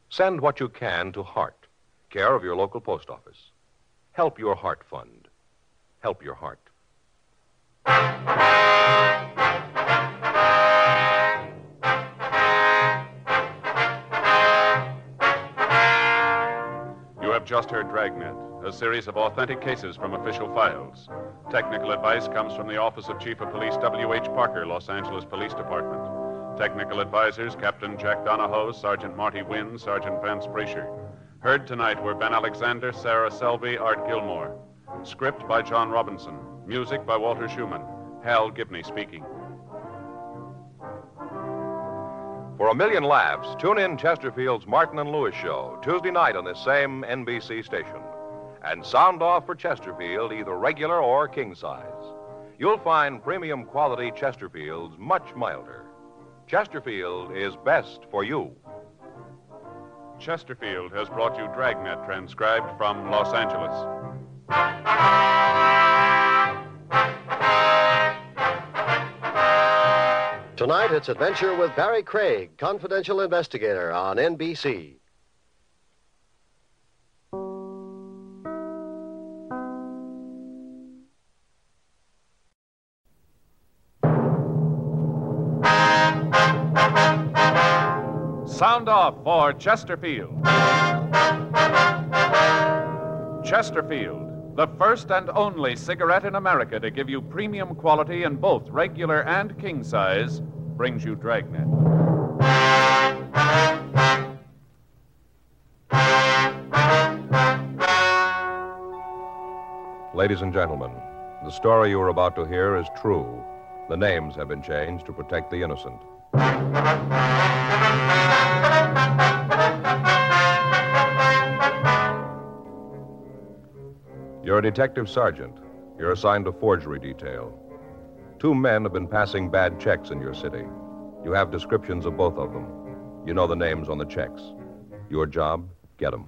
Speaker 3: Send what you can to Heart, care of your local post office. Help your heart fund. Help your heart.
Speaker 2: You have just heard Dragnet, a series of authentic cases from official files. Technical advice comes from the Office of Chief of Police W.H. Parker, Los Angeles Police Department. Technical advisors Captain Jack Donahoe, Sergeant Marty Wynn, Sergeant Vance Brasher. Heard tonight were Ben Alexander, Sarah Selby, Art Gilmore. Script by John Robinson. Music by Walter Schumann. Hal Gibney speaking.
Speaker 3: For a million laughs, tune in Chesterfield's Martin and Lewis show Tuesday night on this same NBC station. And sound off for Chesterfield, either regular or king size. You'll find premium quality Chesterfields much milder. Chesterfield is best for you.
Speaker 2: Chesterfield has brought you Dragnet transcribed from Los Angeles.
Speaker 12: Tonight, it's Adventure with Barry Craig, confidential investigator on NBC.
Speaker 2: Sound off for Chesterfield. Chesterfield, the first and only cigarette in America to give you premium quality in both regular and king size, brings you Dragnet.
Speaker 8: Ladies and gentlemen, the story you are about to hear is true. The names have been changed to protect the innocent. You're a detective sergeant. You're assigned to forgery detail. Two men have been passing bad checks in your city. You have descriptions of both of them. You know the names on the checks. Your job, get 'em.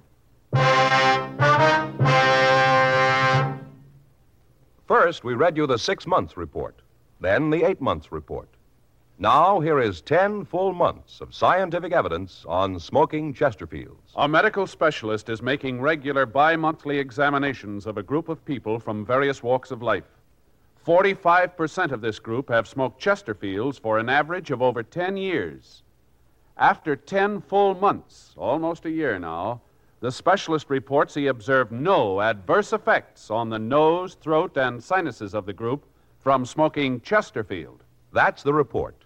Speaker 8: First, we read you the six months report, then the eight months report. Now, here is 10 full months of scientific evidence on smoking Chesterfield.
Speaker 2: A medical specialist is making regular bi monthly examinations of a group of people from various walks of life. 45% of this group have smoked Chesterfields for an average of over 10 years. After 10 full months, almost a year now, the specialist reports he observed no adverse effects on the nose, throat, and sinuses of the group from smoking Chesterfield.
Speaker 8: That's the report.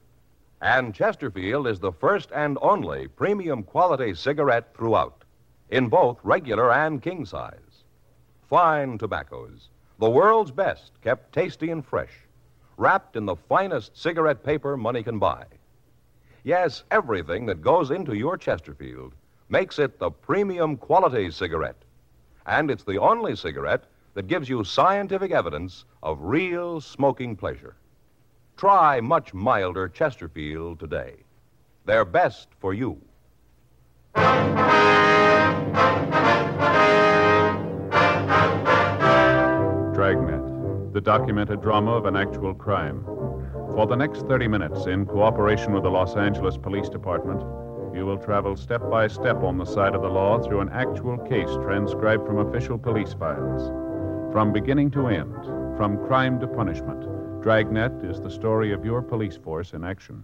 Speaker 8: And Chesterfield is the first and only premium quality cigarette throughout, in both regular and king size. Fine tobaccos, the world's best, kept tasty and fresh, wrapped in the finest cigarette paper money can buy. Yes, everything that goes into your Chesterfield makes it the premium quality cigarette. And it's the only cigarette that gives you scientific evidence of real smoking pleasure. Try much milder Chesterfield today. They're best for you.
Speaker 2: Dragnet, the documented drama of an actual crime. For the next 30 minutes, in cooperation with the Los Angeles Police Department, you will travel step by step on the side of the law through an actual case transcribed from official police files. From beginning to end, from crime to punishment, Dragnet is the story of your police force in action.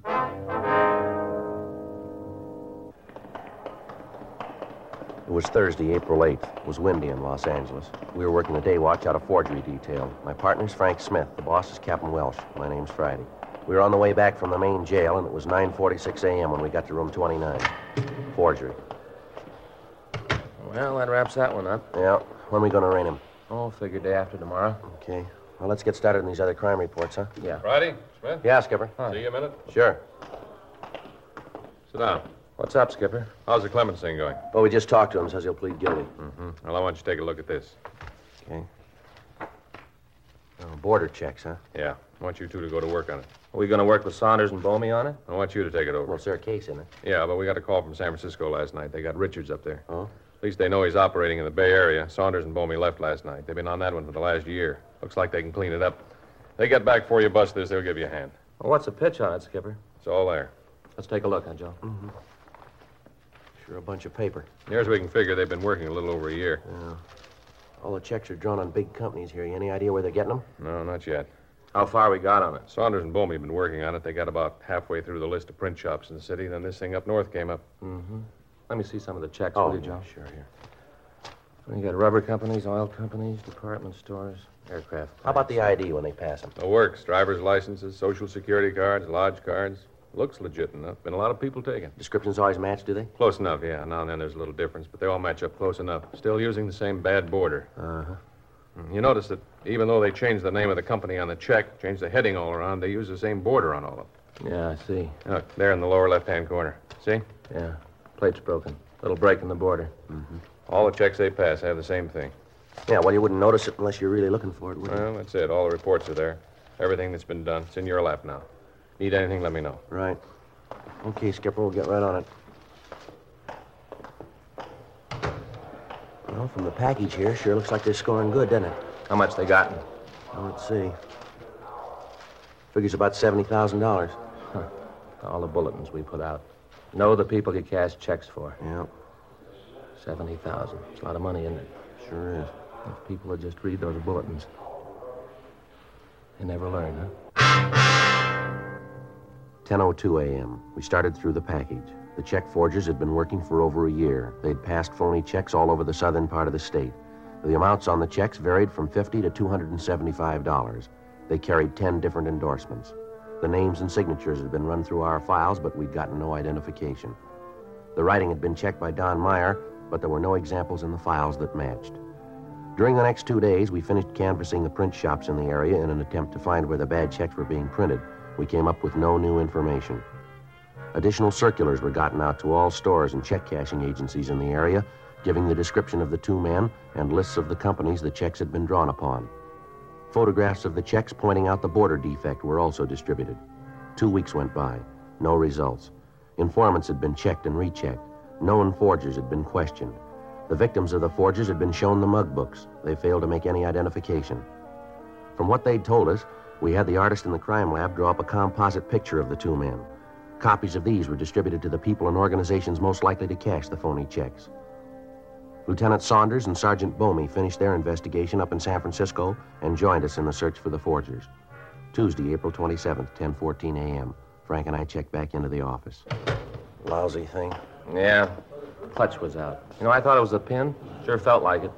Speaker 4: It was Thursday, April 8th. It was windy in Los Angeles. We were working a day watch out of forgery detail. My partner's Frank Smith. The boss is Captain Welsh. My name's Friday. We were on the way back from the main jail, and it was 9.46 a.m. when we got to room 29. Forgery.
Speaker 5: Well, that wraps that one up.
Speaker 4: Yeah. When are we going to arraign him?
Speaker 5: Oh, figure day after tomorrow.
Speaker 4: Okay. Well, let's get started on these other crime reports, huh?
Speaker 5: Yeah.
Speaker 8: Friday, Smith?
Speaker 4: Yeah, Skipper.
Speaker 8: See you a minute?
Speaker 4: Sure.
Speaker 8: Sit down.
Speaker 5: What's up, Skipper?
Speaker 8: How's the Clemens thing going?
Speaker 4: Well, we just talked to him. Says he'll plead guilty.
Speaker 8: Mm-hmm. Well, I want you to take a look at this.
Speaker 4: Okay. Oh, border checks, huh?
Speaker 8: Yeah. I want you two to go to work on it.
Speaker 5: Are we going to work with Saunders and Bomey on it?
Speaker 8: I want you to take it over.
Speaker 4: Well, is there a case in it?
Speaker 8: Yeah, but we got a call from San Francisco last night. They got Richards up there.
Speaker 4: Oh?
Speaker 8: At least they know he's operating in the Bay Area. Saunders and Bomey left last night. They've been on that one for the last year. Looks like they can clean it up. They get back before you bust this, they'll give you a hand.
Speaker 5: Well, what's the pitch on it, Skipper?
Speaker 8: It's all there.
Speaker 5: Let's take a look, huh, Joe?
Speaker 4: Mm-hmm. Sure, a bunch of *laughs* paper.
Speaker 8: Near as we can figure, they've been working a little over a year.
Speaker 4: Yeah. All the checks are drawn on big companies here. You any idea where they're getting them?
Speaker 8: No, not yet.
Speaker 5: How far we got on it?
Speaker 8: Saunders and Bomey have been working on it. They got about halfway through the list of print shops in the city. Then this thing up north came up.
Speaker 13: Mm-hmm.
Speaker 5: Let me see some of the checks, will you, Joe?
Speaker 4: Mm-hmm. Oh, sure, here.
Speaker 5: We got rubber companies, oil companies, department stores, aircraft.
Speaker 4: How about the ID when they pass them?
Speaker 8: The works, driver's licenses, social security cards, lodge cards. Looks legit enough. Been a lot of people taken.
Speaker 4: Descriptions always match, do they?
Speaker 8: Close enough, yeah. Now and then there's a little difference, but they all match up close enough. Still using the same bad border. Mm,
Speaker 4: Uh-huh.
Speaker 8: You notice that even though they changed the name of the company on the check, changed the heading all around, they use the same border on all of them.
Speaker 5: Yeah, I see.
Speaker 4: Uh,
Speaker 8: Look, there in the lower left hand corner. See?
Speaker 5: Yeah. Plate's broken. Little break in the border. Mm-hmm.
Speaker 8: All the checks they pass have the same thing.
Speaker 4: Yeah, well, you wouldn't notice it unless you're really looking for it, would you?
Speaker 8: Well, that's it. All the reports are there. Everything that's been done. It's in your lap now. Need anything, let me know.
Speaker 4: Right. Okay, Skipper, we'll get right on it. Well, from the package here, sure looks like they're scoring good, doesn't it?
Speaker 5: How much they gotten?
Speaker 4: Well, let's see. Figures about seventy thousand dollars.
Speaker 13: All the bulletins we put out. Know the people you cash checks for.
Speaker 4: Yeah.
Speaker 13: 70,000. It's a lot of money, isn't it?
Speaker 4: Sure is.
Speaker 13: If people would just read those bulletins, they never learn, huh?
Speaker 4: 10:02 a.m. We started through the package. The check forgers had been working for over a year. They'd passed phony checks all over the southern part of the state. The amounts on the checks varied from 50 to 275 dollars. They carried 10 different endorsements. The names and signatures had been run through our files, but we'd gotten no identification. The writing had been checked by Don Meyer, but there were no examples in the files that matched. During the next two days, we finished canvassing the print shops in the area in an attempt to find where the bad checks were being printed. We came up with no new information. Additional circulars were gotten out to all stores and check cashing agencies in the area, giving the description of the two men and lists of the companies the checks had been drawn upon. Photographs of the checks pointing out the border defect were also distributed. Two weeks went by. No results. Informants had been checked and rechecked. Known forgers had been questioned. The victims of the forgers had been shown the mug books. They failed to make any identification. From what they'd told us, we had the artist in the crime lab draw up a composite picture of the two men. Copies of these were distributed to the people and organizations most likely to cash the phony checks. Lieutenant Saunders and Sergeant Bomey finished their investigation up in San Francisco and joined us in the search for the forgers. Tuesday, April 27th, 10:14 a.m. Frank and I checked back into the office. Lousy thing.
Speaker 13: Yeah. Clutch was out. You know, I thought it was a pin. Sure felt like it.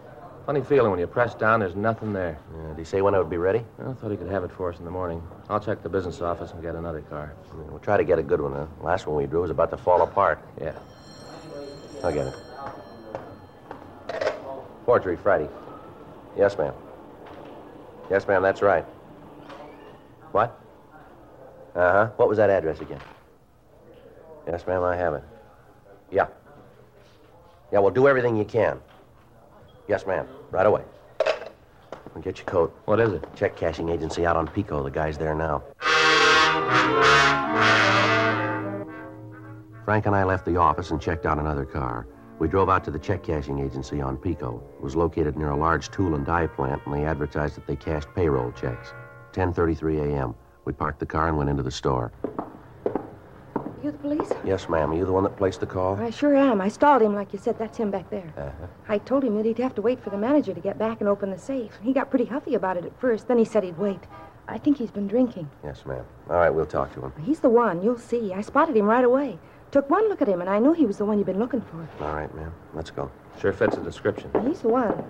Speaker 13: Funny feeling when you press down, there's nothing there.
Speaker 4: Yeah, did he say when it would be ready?
Speaker 13: I thought he could have it for us in the morning. I'll check the business office and get another car.
Speaker 4: We'll try to get a good one. The last one we drew was about to fall apart.
Speaker 13: Yeah.
Speaker 4: I'll get it. Forgery Friday. Yes, ma'am. Yes, ma'am, that's right. What? Uh huh. What was that address again? Yes, ma'am, I have it. Yeah. Yeah, well, do everything you can. Yes, ma'am. Right away. And get your coat.
Speaker 13: What is it?
Speaker 4: Check cashing agency out on Pico. The guy's there now. Frank and I left the office and checked out another car. We drove out to the check cashing agency on Pico. It was located near a large tool and die plant, and they advertised that they cashed payroll checks. 10:33 a.m. We parked the car and went into the store.
Speaker 14: You the police?
Speaker 4: Yes, ma'am. Are you the one that placed the call?
Speaker 14: I sure am. I stalled him like you said. That's him back there.
Speaker 4: Uh-huh.
Speaker 14: I told him that he'd have to wait for the manager to get back and open the safe. He got pretty huffy about it at first. Then he said he'd wait. I think he's been drinking.
Speaker 4: Yes, ma'am. All right, we'll talk to him.
Speaker 14: He's the one. You'll see. I spotted him right away. Took one look at him, and I knew he was the one you've been looking for.
Speaker 4: All right, ma'am. Let's go.
Speaker 13: Sure fits the description.
Speaker 14: He's the one.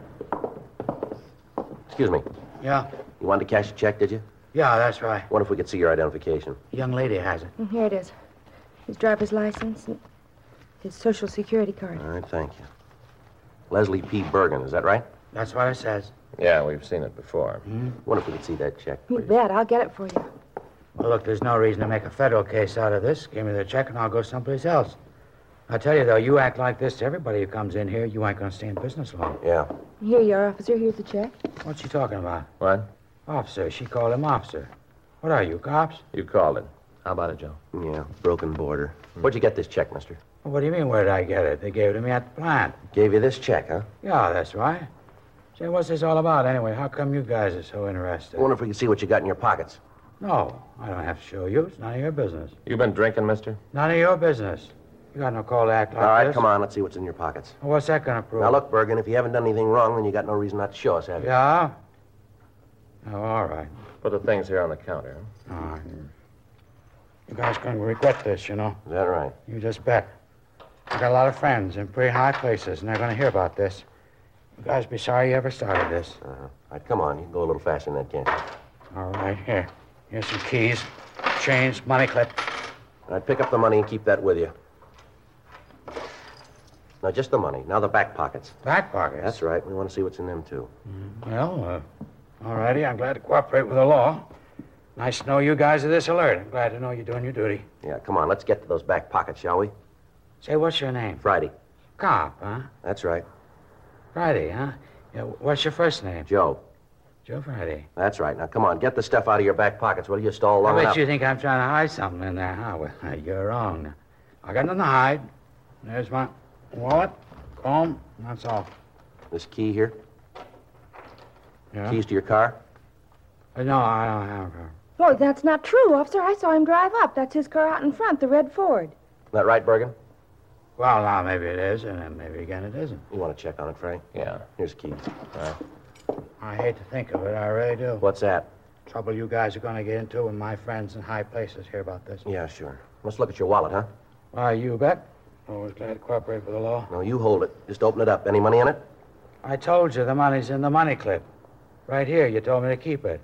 Speaker 4: Excuse me.
Speaker 9: Yeah.
Speaker 4: You wanted to cash a check, did you?
Speaker 9: Yeah, that's right.
Speaker 4: What if we could see your identification?
Speaker 9: Young lady has it.
Speaker 14: And Mm, Here it is. His driver's license and his social security card.
Speaker 4: All right, thank you. Leslie P. Bergen, is that right?
Speaker 9: That's what it says. Hmm?
Speaker 13: Yeah, we've seen it before.
Speaker 4: What if we could see that check?
Speaker 14: You bet. I'll get it for you.
Speaker 9: Well, look, there's no reason to make a federal case out of this. Give me the check and I'll go someplace else. I tell you, though, you act like this to everybody who comes in here, you ain't going to stay in business long.
Speaker 4: Yeah.
Speaker 14: Here you are, officer. Here's the check.
Speaker 9: What's she talking about?
Speaker 13: What?
Speaker 9: Officer. She called him officer. What are you, cops?
Speaker 13: You called it. How about it, Joe? Hmm.
Speaker 4: Yeah, broken border. Where'd you get this check, mister?
Speaker 9: What do you mean, where did I get it? They gave it to me at the plant.
Speaker 4: Gave you this check, huh?
Speaker 9: Yeah, that's right. Say, what's this all about anyway? How come you guys are so interested?
Speaker 4: I wonder if we could see what you got in your pockets.
Speaker 9: No, I don't have to show you. It's none of your business.
Speaker 13: You been drinking, mister?
Speaker 9: None of your business. You got no call to act like
Speaker 4: All right,
Speaker 9: this.
Speaker 4: come on, let's see what's in your pockets.
Speaker 9: What's that going to prove?
Speaker 4: Now, look, Bergen, if you haven't done anything wrong, then you got no reason not to show us, have you?
Speaker 9: Yeah? Oh, all right.
Speaker 13: Put the things here on the counter.
Speaker 9: All right. You guys going to regret this, you know.
Speaker 4: Is that right?
Speaker 9: You just bet. I got a lot of friends in pretty high places, and they're going to hear about this. You guys be sorry you ever started this.
Speaker 4: Uh-huh. All right, come on. You can go a little faster than that, can't you?
Speaker 9: All right, here. Here's some keys, change, money clip.
Speaker 4: All right, pick up the money and keep that with you. Now, just the money. Now, the back pockets.
Speaker 9: Back pockets.
Speaker 4: That's right. We want to see what's in them, too.
Speaker 9: Well, uh, all righty. I'm glad to cooperate with the law. Nice to know you guys are this alert. I'm glad to know you're doing your duty.
Speaker 4: Yeah, come on. Let's get to those back pockets, shall we?
Speaker 9: Say, what's your name?
Speaker 4: Friday.
Speaker 9: Cop, huh?
Speaker 4: That's right.
Speaker 9: Friday, huh? Yeah, wh- what's your first name?
Speaker 4: Joe.
Speaker 9: Joe Friday.
Speaker 4: That's right. Now, come on. Get the stuff out of your back pockets. Will you stall long
Speaker 9: I bet
Speaker 4: enough?
Speaker 9: you think I'm trying to hide something in there, huh? Well, you're wrong. I got nothing to hide. There's my wallet, comb, and that's all.
Speaker 4: This key here?
Speaker 9: Yeah?
Speaker 4: Keys to your car?
Speaker 9: Uh, No, I don't have her.
Speaker 14: Oh, that's not true, officer. I saw him drive up. That's his car out in front, the red Ford.
Speaker 4: that right, Bergen?
Speaker 9: Well, now, maybe it is, and then maybe again it isn't.
Speaker 4: You want to check on it, Frank? Yeah. Here's Keith. All right.
Speaker 9: I hate to think of it. I really do.
Speaker 4: What's that?
Speaker 9: Trouble you guys are going to get into when my friends in high places hear about this.
Speaker 4: Yeah, sure. Let's look at your wallet, huh?
Speaker 9: Why, Ah, you bet. Always glad to cooperate with the law.
Speaker 4: No, you hold it. Just open it up. Any money in it?
Speaker 9: I told you the money's in the money clip. Right here. You told me to keep it.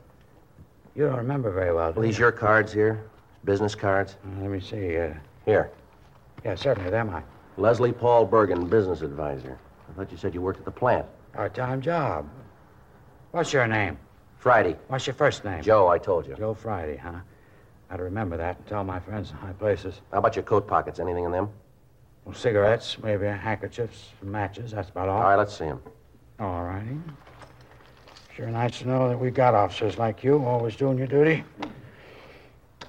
Speaker 9: You don't remember very well, do
Speaker 4: Well, these
Speaker 9: you?
Speaker 4: your cards here? Business cards?
Speaker 9: Let me see. Uh...
Speaker 4: Here.
Speaker 9: Yeah, certainly. They're mine.
Speaker 4: Leslie Paul Bergen, business advisor. I thought you said you worked at the plant.
Speaker 9: Part-time job. What's your name?
Speaker 4: Friday.
Speaker 9: What's your first name?
Speaker 4: Joe, I told you.
Speaker 9: Joe Friday, huh? I'd remember that and tell my friends in high places.
Speaker 4: How about your coat pockets? Anything in them?
Speaker 9: Well, cigarettes, maybe handkerchiefs, matches. That's about all.
Speaker 4: All right, let's see them.
Speaker 9: All righty. Sure nice to know that we got officers like you, always doing your duty.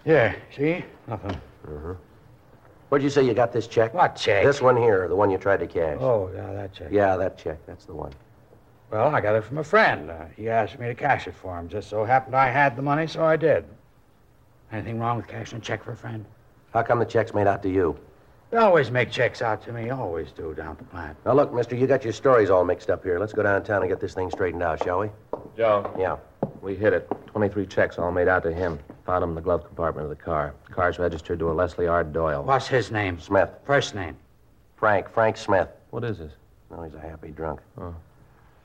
Speaker 9: Yeah, see? Nothing.
Speaker 4: Mm-hmm. Where'd you say you got this check?
Speaker 9: What check?
Speaker 4: This one here, the one you tried to cash.
Speaker 9: Oh, yeah, that check.
Speaker 4: Yeah, that check. That's the one.
Speaker 9: Well, I got it from a friend. Uh, he asked me to cash it for him. Just so happened I had the money, so I did. Anything wrong with cashing a check for a friend?
Speaker 4: How come the check's made out to you?
Speaker 9: They always make checks out to me, always do down at the plant.
Speaker 4: Now, look, mister, you got your stories all mixed up here. Let's go downtown and get this thing straightened out, shall we?
Speaker 15: Joe.
Speaker 4: Yeah.
Speaker 5: We hit it. 23 checks all made out to him. Found him in the glove compartment of the car. Car's registered to a Leslie R. Doyle.
Speaker 9: What's his name?
Speaker 4: Smith.
Speaker 9: First name.
Speaker 4: Frank. Frank Smith.
Speaker 5: What is this?
Speaker 4: No, he's a happy drunk.
Speaker 5: Oh.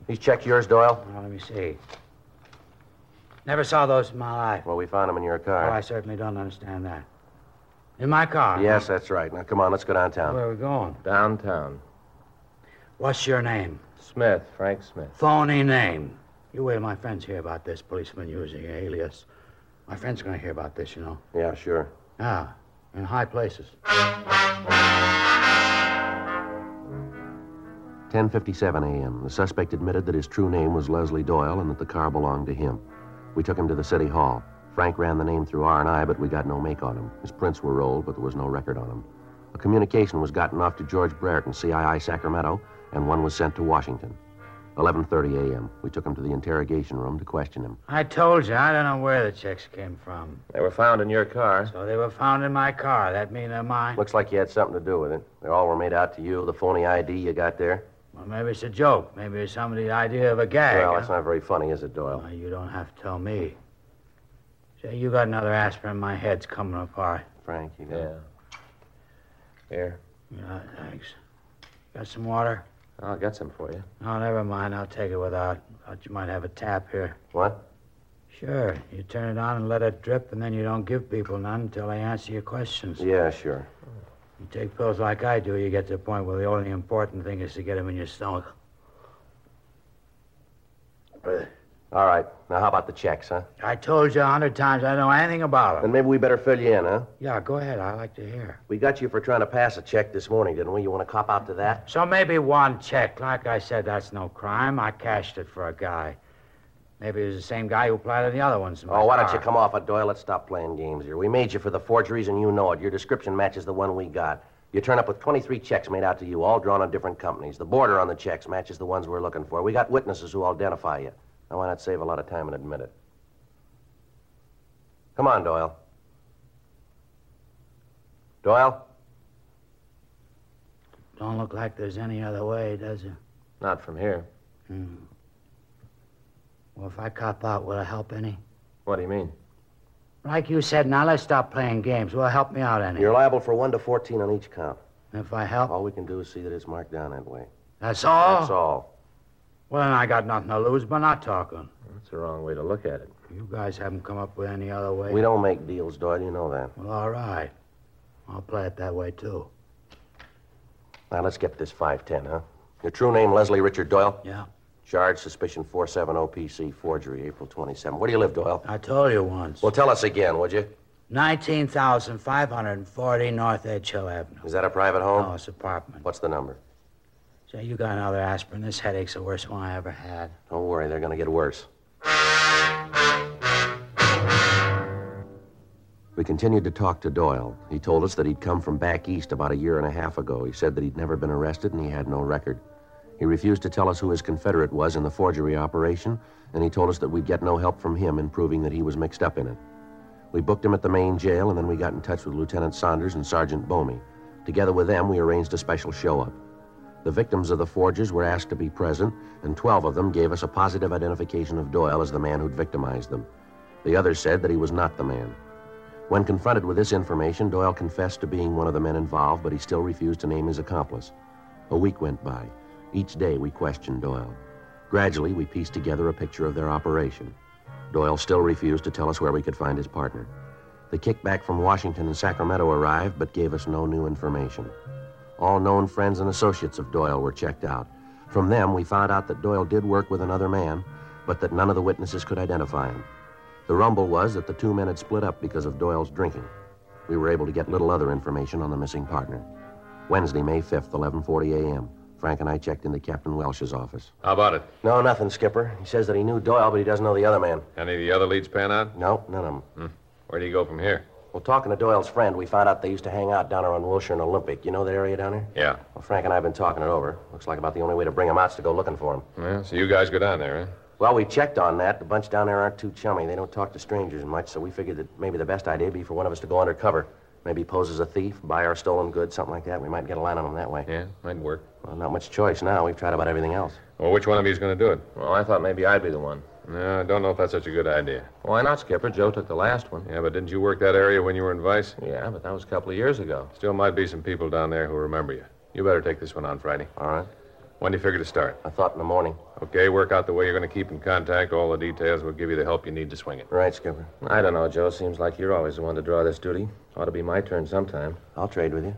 Speaker 4: These checks yours, Doyle?
Speaker 9: Well, let me see. Never saw those in my life.
Speaker 4: Well, we found them in your
Speaker 9: Oh, I
Speaker 4: car.
Speaker 9: certainly don't understand that. In my car?
Speaker 4: yes, that's right. Now, come on, let's go downtown.
Speaker 9: Where are we going?
Speaker 5: Downtown.
Speaker 9: What's your name?
Speaker 5: Smith, Frank Smith.
Speaker 9: Phony name. You wait till my friends hear about this policeman using an alias. My friends are going to hear about this, you know.
Speaker 4: Yeah, sure.
Speaker 9: Ah, in high places.
Speaker 4: 10:57 a.m. The suspect admitted that his true name was Leslie Doyle and that the car belonged to him. We took him to the city hall. Frank ran the name through R&I, but we got no make on him. His prints were rolled, but there was no record on him. A communication was gotten off to George Brereton, CII Sacramento, and one was sent to Washington. 11:30 a.m. We took him to the interrogation room to question him.
Speaker 9: I told you, I don't know where the checks came from.
Speaker 5: They were found in your car.
Speaker 9: So they were found in my car. That mean they're mine?
Speaker 4: Looks like you had something to do with it. They all were made out to you. The phony ID you got there.
Speaker 9: Well, maybe it's a joke. Maybe it's somebody's idea of a gag.
Speaker 4: well,
Speaker 9: huh?
Speaker 4: that's not very funny, is it, Doyle?
Speaker 9: Now, you don't have to tell me. Say, you got another aspirin. My head's coming apart.
Speaker 4: Frank, you got
Speaker 5: Yeah. Here.
Speaker 9: Yeah, thanks. Got some water?
Speaker 5: I'll get some for you.
Speaker 9: No, never mind. I'll take it without. Thought you might have a tap here.
Speaker 4: what?
Speaker 9: Sure. You turn it on and let it drip, and then you don't give people none until they answer your questions.
Speaker 4: Yeah, sure.
Speaker 9: You take pills like I do, you get to the point where the only important thing is to get 'em in your stomach.
Speaker 4: All right. Now, how about the checks, huh?
Speaker 9: I told you a hundred times I don't know anything about
Speaker 4: Then
Speaker 9: it.
Speaker 4: maybe we better fill you in, huh?
Speaker 9: Yeah, go ahead. I like to hear.
Speaker 4: We got you for trying to pass a check this morning, didn't we? You want to cop out to that?
Speaker 9: So maybe one check. Like I said, that's no crime. I cashed it for a guy. Maybe it was the same guy who planted the other ones. in my
Speaker 4: Oh, why don't you
Speaker 9: car.
Speaker 4: come off it, Doyle? Let's stop playing games here. We made you for the forgeries, and you know it. Your description matches the one we got. You turn up with 23 checks made out to you, all drawn on different companies. The border on the checks matches the ones we're looking for. We got witnesses who identify you. Now, why not save a lot of time and admit it? Come on, Doyle. Doyle?
Speaker 9: Don't look like there's any other way, does it?
Speaker 5: Not from here.
Speaker 9: Hmm. Well, if I cop out, will it help any?
Speaker 5: What do you mean?
Speaker 9: Like you said, now let's stop playing games. Will it help me out any?
Speaker 4: You're liable for 1 to 14 on each count.
Speaker 9: If I help,
Speaker 4: All we can do is see that it's marked down that way.
Speaker 9: that's all.
Speaker 4: That's all.
Speaker 9: Well, then I got nothing to lose by not talking.
Speaker 5: That's the wrong way to look at it.
Speaker 9: You guys haven't come up with any other way.
Speaker 4: We don't make deals, Doyle. You know that.
Speaker 9: Well, all right. I'll play it that way too.
Speaker 4: Now, let's get this 510, huh? Your true name, Leslie Richard Doyle?
Speaker 9: Yeah.
Speaker 4: Charge suspicion 470 PC forgery, April 27. Where do you live, Doyle?
Speaker 9: I told you once.
Speaker 4: Well, tell us again, would you?
Speaker 9: 19,540 North Edge Hill Avenue.
Speaker 4: Is that a private home?
Speaker 9: Oh, it's apartment.
Speaker 4: What's the number?
Speaker 9: Say, you got another aspirin. This headache's the worst one I ever had.
Speaker 4: Don't worry, they're going to get worse. We continued to talk to Doyle. He told us that he'd come from back east about a year and a half ago. He said that he'd never been arrested and he had no record. He refused to tell us who his Confederate was in the forgery operation, and he told us that we'd get no help from him in proving that he was mixed up in it. We booked him at the main jail, and then we got in touch with Lieutenant Saunders and Sergeant Bomey. Together with them, we arranged a special show up. The victims of the forgers were asked to be present, and 12 of them gave us a positive identification of Doyle as the man who'd victimized them. The others said that he was not the man. When confronted with this information, Doyle confessed to being one of the men involved, but he still refused to name his accomplice. A week went by. Each day we questioned Doyle. Gradually, we pieced together a picture of their operation. Doyle still refused to tell us where we could find his partner. The kickback from Washington and Sacramento arrived, but gave us no new information. All known friends and associates of Doyle were checked out. From them, we found out that Doyle did work with another man, but that none of the witnesses could identify him. The rumble was that the two men had split up because of Doyle's drinking. We were able to get little other information on the missing partner. Wednesday, May 5th, 11:40 a.m. Frank and I checked into Captain Welsh's office.
Speaker 8: How about it?
Speaker 4: No, nothing, Skipper. He says that he knew Doyle, but he doesn't know the other man.
Speaker 8: Any of the other leads pan out? Hmm.
Speaker 4: No, none of them.
Speaker 8: Where do you go from here?
Speaker 4: Well, talking to Doyle's friend, we found out they used to hang out down around Wilshire and Olympic. You know that area down there?
Speaker 8: Yeah.
Speaker 4: Well, Frank and I have been talking it over. Looks like about the only way to bring him out's to go looking for him.
Speaker 8: Yeah, so you guys go down there, huh?
Speaker 4: Well, we checked on that. The bunch down there aren't too chummy. They don't talk to strangers much, so we figured that maybe the best idea would be for one of us to go undercover. Maybe pose as a thief, buy our stolen goods, something like that. We might get a line on them that way.
Speaker 8: Yeah, might work.
Speaker 4: Well, not much choice now. We've tried about everything else.
Speaker 8: Well, which one of you's going to do it?
Speaker 5: Well, I thought maybe I'd be the one.
Speaker 8: No, I don't know if that's such a good idea.
Speaker 5: Why not, Skipper? Joe took the last one.
Speaker 8: Yeah, but didn't you work that area when you were in Vice?
Speaker 5: Yeah, but that was a couple of years ago.
Speaker 8: Still might be some people down there who remember you. You better take this one on Friday.
Speaker 4: All right.
Speaker 8: When do you figure to start?
Speaker 4: I thought in the morning.
Speaker 8: Okay, work out the way you're going to keep in contact. All the details will give you the help you need to swing it.
Speaker 4: Right, Skipper.
Speaker 5: I don't know, Joe. Seems like you're always the one to draw this duty. Ought to be my turn sometime.
Speaker 4: I'll trade with you.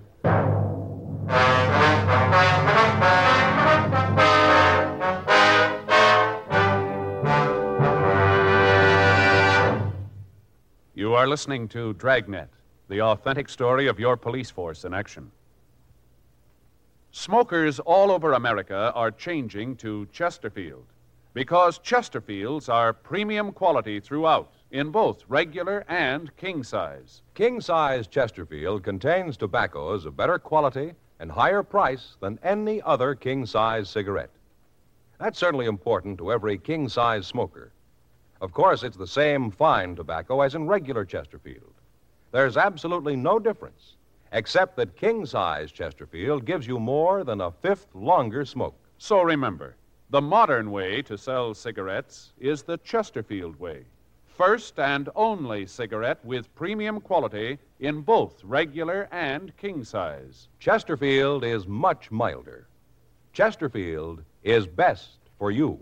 Speaker 2: You are listening to Dragnet, the authentic story of your police force in action. Smokers all over America are changing to Chesterfield because Chesterfields are premium quality throughout in both regular and king size.
Speaker 3: King size Chesterfield contains tobaccos of better quality and higher price than any other king size cigarette. That's certainly important to every king size smoker. Of course, it's the same fine tobacco as in regular Chesterfield. There's absolutely no difference, except that king size Chesterfield gives you more than a fifth longer smoke.
Speaker 2: So remember, the modern way to sell cigarettes is the Chesterfield way. First and only cigarette with premium quality in both regular and king size.
Speaker 3: Chesterfield is much milder. Chesterfield is best for you.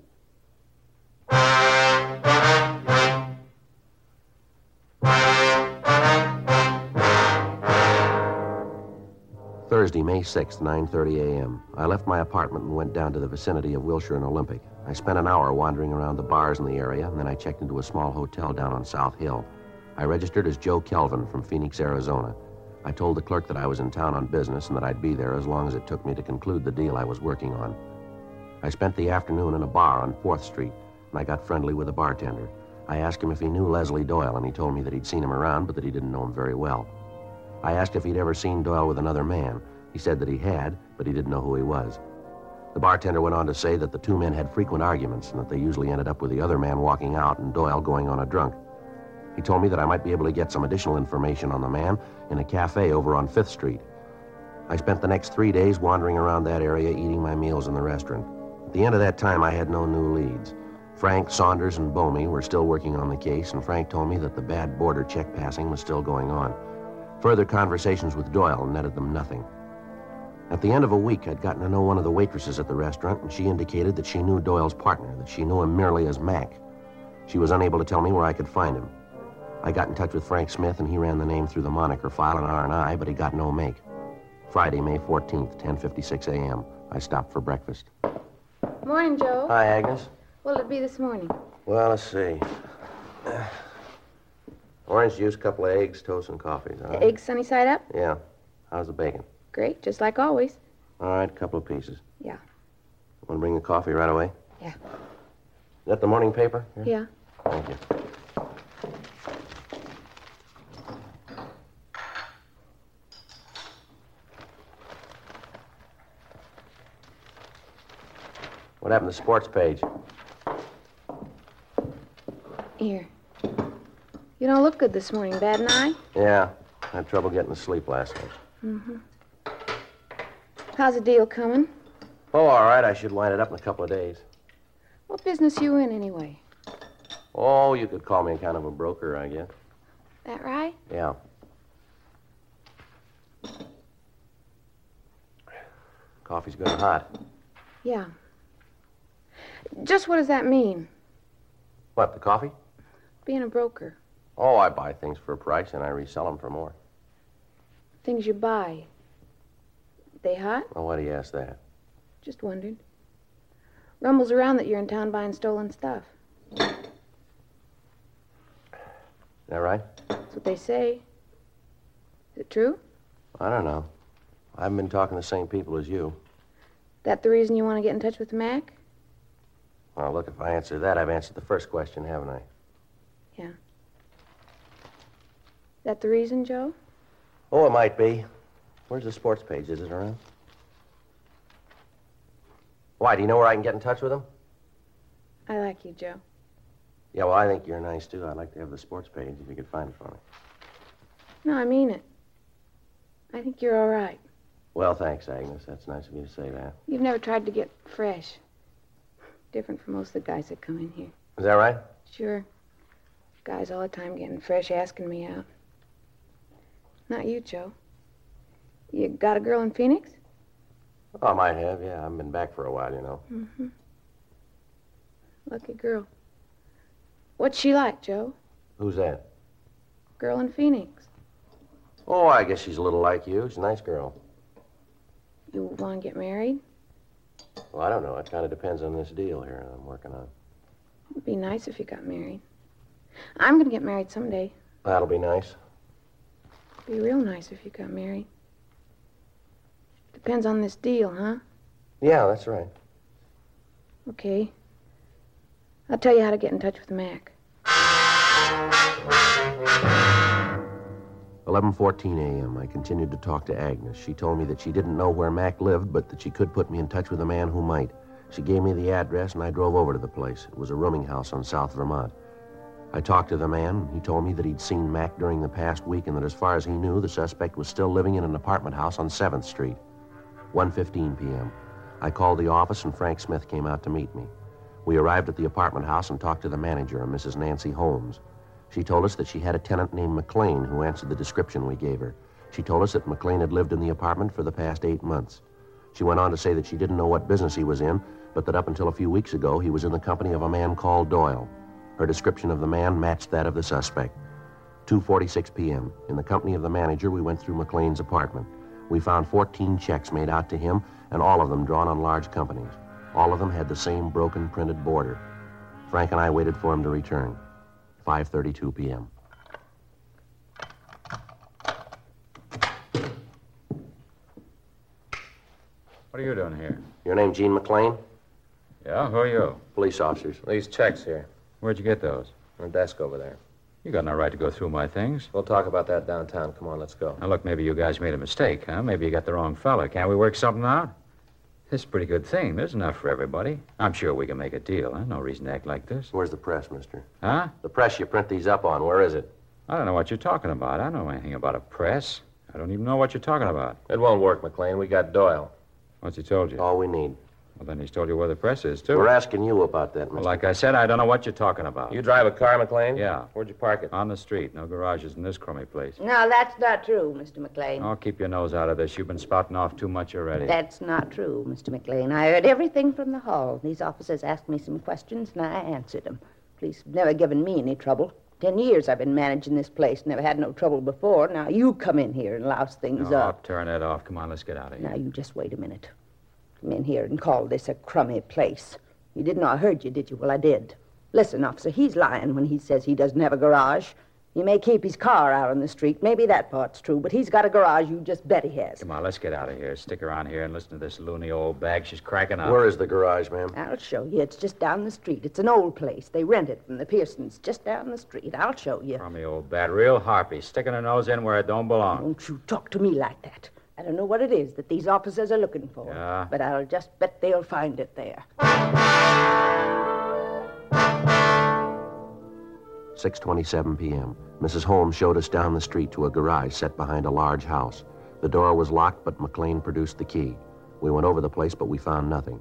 Speaker 4: Thursday, May 6th, 9:30 a.m. I left my apartment and went down to the vicinity of Wilshire and Olympic. I spent an hour wandering around the bars in the area, and then I checked into a small hotel down on South Hill. I registered as Joe Kelvin from Phoenix, Arizona. I told the clerk that I was in town on business and that I'd be there as long as it took me to conclude the deal I was working on. I spent the afternoon in a bar on 4th Street, and I got friendly with a bartender. I asked him if he knew Leslie Doyle, and he told me that he'd seen him around, but that he didn't know him very well. I asked if he'd ever seen Doyle with another man. He said that he had, but he didn't know who he was. The bartender went on to say that the two men had frequent arguments and that they usually ended up with the other man walking out and Doyle going on a drunk. He told me that I might be able to get some additional information on the man in a cafe over on Fifth Street. I spent the next three days wandering around that area eating my meals in the restaurant. At the end of that time, I had no new leads. Frank, Saunders, and Bomey were still working on the case, and Frank told me that the bad border check passing was still going on. Further conversations with Doyle netted them nothing. At the end of a week, I'd gotten to know one of the waitresses at the restaurant, and she indicated that she knew Doyle's partner, that she knew him merely as Mac. She was unable to tell me where I could find him. I got in touch with Frank Smith, and he ran the name through the moniker file in R&I, but he got no make. Friday, May 14th, 10.56 a.m. I stopped for breakfast.
Speaker 16: Morning, Joe.
Speaker 4: Hi, Agnes.
Speaker 16: What'll it be this morning?
Speaker 4: Well, let's see. Orange juice, couple of eggs, toast, and coffee. All right?
Speaker 16: Eggs sunny side up?
Speaker 4: Yeah. How's the bacon?
Speaker 16: Great, just like always.
Speaker 4: All right, couple of pieces.
Speaker 16: Yeah.
Speaker 4: Want to bring the coffee right away?
Speaker 16: Yeah.
Speaker 4: Is that the morning paper?
Speaker 16: Yeah.
Speaker 4: Thank you. What happened to the sports page?
Speaker 16: Here. You don't look good this morning. Bad night?
Speaker 4: Yeah, had trouble getting to sleep last night.
Speaker 16: Mm-hmm. How's the deal coming?
Speaker 4: Oh, all right, I should wind it up in a couple of days.
Speaker 16: What business you in anyway?
Speaker 4: Oh, you could call me kind of a broker, I guess.
Speaker 16: That right?
Speaker 4: Yeah. Coffee's good and hot.
Speaker 16: Yeah. Just what does that mean?
Speaker 4: What, the coffee?
Speaker 16: Being a broker.
Speaker 4: Oh, I buy things for a price and I resell them for more.
Speaker 16: Things you buy. They hot?
Speaker 4: Well, why do you ask that?
Speaker 16: Just wondered. Rumbles around that you're in town buying stolen stuff.
Speaker 4: Is that right?
Speaker 16: That's what they say. Is it true?
Speaker 4: I don't know. I haven't been talking to the same people as you.
Speaker 16: That the reason you want to get in touch with Mac?
Speaker 4: Well, look, if I answer that, I've answered the first question, haven't I?
Speaker 16: Yeah. That the reason, Joe?
Speaker 4: Oh, it might be. Where's the sports page? Is it around? Why, do you know where I can get in touch with them?
Speaker 16: I like you, Joe.
Speaker 4: Yeah, well, I think you're nice, too. I'd like to have the sports page if you could find it for me.
Speaker 16: No, I mean it. I think you're all right.
Speaker 4: Well, thanks, Agnes. That's nice of you to say that.
Speaker 16: You've never tried to get fresh. Different from most of the guys that come in here.
Speaker 4: Is that right?
Speaker 16: Sure. Guys all the time getting fresh, asking me out. Not you, Joe. You got a girl in Phoenix?
Speaker 4: Oh, I might have, yeah. I haven't been back for a while, you know.
Speaker 16: Mm-hmm. Lucky girl. What's she like, Joe?
Speaker 4: Who's that?
Speaker 16: Girl in Phoenix.
Speaker 4: Oh, I guess she's a little like you. She's a nice girl.
Speaker 16: You want to get married?
Speaker 4: Well, I don't know. It kind of depends on this deal here I'm working on.
Speaker 16: It'd be nice if you got married. I'm going to get married someday.
Speaker 4: That'll be nice.
Speaker 16: It'd be real nice if you got married. Depends on this deal, huh?
Speaker 4: Yeah, that's right.
Speaker 16: Okay. I'll tell you how to get in touch with Mac.
Speaker 4: 11:14 a.m. I continued to talk to Agnes. She told me that she didn't know where Mac lived, but that she could put me in touch with a man who might. She gave me the address and I drove over to the place. It was a rooming house on South Vermont. I talked to the man. He told me that he'd seen Mac during the past week and that as far as he knew, the suspect was still living in an apartment house on 7th Street. 1:15 p.m. I called the office and Frank Smith came out to meet me. We arrived at the apartment house and talked to the manager, a Mrs. Nancy Holmes. She told us that she had a tenant named McLean who answered the description we gave her. She told us that McLean had lived in the apartment for the past eight months. She went on to say that she didn't know what business he was in, but that up until a few weeks ago, he was in the company of a man called Doyle. Her description of the man matched that of the suspect. 2:46 p.m. In the company of the manager, we went through McLean's apartment. We found 14 checks made out to him, and all of them drawn on large companies. All of them had the same broken printed border. Frank and I waited for him to return. 5:32 p.m.
Speaker 10: What are you doing here?
Speaker 4: Your name Gene McLean?
Speaker 10: Yeah, who are you?
Speaker 4: Police officers.
Speaker 5: These checks here.
Speaker 10: Where'd you get those?
Speaker 5: On the desk over there.
Speaker 10: You got no right to go through my things.
Speaker 5: We'll talk about that downtown. Come on, let's go.
Speaker 10: Now, look, maybe you guys made a mistake, huh? Maybe you got the wrong fella. Can't we work something out? This is a pretty good thing. There's enough for everybody. I'm sure we can make a deal, huh? No reason to act like this.
Speaker 4: Where's the press, mister?
Speaker 10: Huh?
Speaker 4: The press you print these up on, where is it?
Speaker 10: I don't know what you're talking about. I don't know anything about a press. I don't even know what you're talking about.
Speaker 5: It won't work, McLean. We got Doyle.
Speaker 10: What's he told you?
Speaker 4: All we need.
Speaker 10: Well, then he's told you where the press is, too.
Speaker 4: We're asking you about that, mister.
Speaker 10: Well, like I said, I don't know what you're talking about.
Speaker 5: You drive a car, McLean?
Speaker 10: Yeah.
Speaker 5: Where'd you park it?
Speaker 10: On the street. No garages in this crummy place.
Speaker 17: No, that's not true, Mr. McLean.
Speaker 10: Oh, keep your nose out of this. You've been spouting off too much already.
Speaker 17: That's not true, Mr. McLean. I heard everything from the hall. These officers asked me some questions, and I answered them. Police have never given me any trouble. Ten years I've been managing this place, never had no trouble before. Now you come in here and louse things
Speaker 10: no,
Speaker 17: up.
Speaker 10: turn that off. Come on, let's get out of here.
Speaker 17: Now you just wait a minute. Come in here and call this a crummy place. You didn't know I heard you, did you? Well, I did. Listen, officer, he's lying when he says he doesn't have a garage. He may keep his car out on the street. Maybe that part's true, but he's got a garage. You just bet he has.
Speaker 10: Come on, let's get out of here. Stick around here and listen to this loony old bag. She's cracking up.
Speaker 4: Where is the garage, ma'am?
Speaker 17: I'll show you. It's just down the street. It's an old place. They rent it from the Pearsons just down the street. I'll show you.
Speaker 10: Crummy old bat. Real harpy. Sticking her nose in where it don't belong.
Speaker 17: Don't you talk to me like that. I don't know what it is that these officers are looking for.
Speaker 10: Yeah.
Speaker 17: But I'll just bet they'll find it there.
Speaker 4: 6:27 p.m. Mrs. Holmes showed us down the street to a garage set behind a large house. The door was locked, but McLean produced the key. We went over the place, but we found nothing.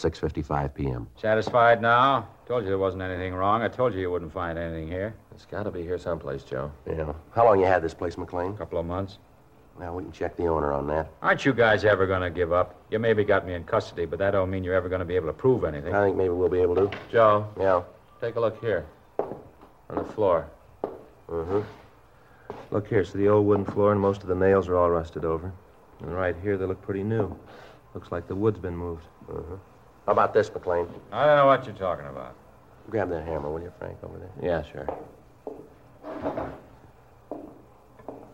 Speaker 4: 6:55 p.m.
Speaker 10: Satisfied now? Told you there wasn't anything wrong. I told you you wouldn't find anything here.
Speaker 5: It's got to be here someplace, Joe.
Speaker 4: Yeah. How long you had this place, McLean? A
Speaker 10: couple of months.
Speaker 4: Now we can check the owner on that.
Speaker 10: Aren't you guys ever going to give up? You maybe got me in custody, but that don't mean you're ever going to be able to prove anything.
Speaker 4: I think maybe we'll be able to.
Speaker 10: Joe.
Speaker 4: Yeah.
Speaker 10: Take a look here. On the floor.
Speaker 5: Mm-hmm. Look here, so the old wooden floor and most of the nails are all rusted over. And right here, they look pretty new. Looks like the wood's been moved.
Speaker 4: Mm-hmm. How about this, McLean?
Speaker 10: I don't know what you're talking about.
Speaker 4: Grab that hammer, will you, Frank, over there?
Speaker 5: Yeah, sure.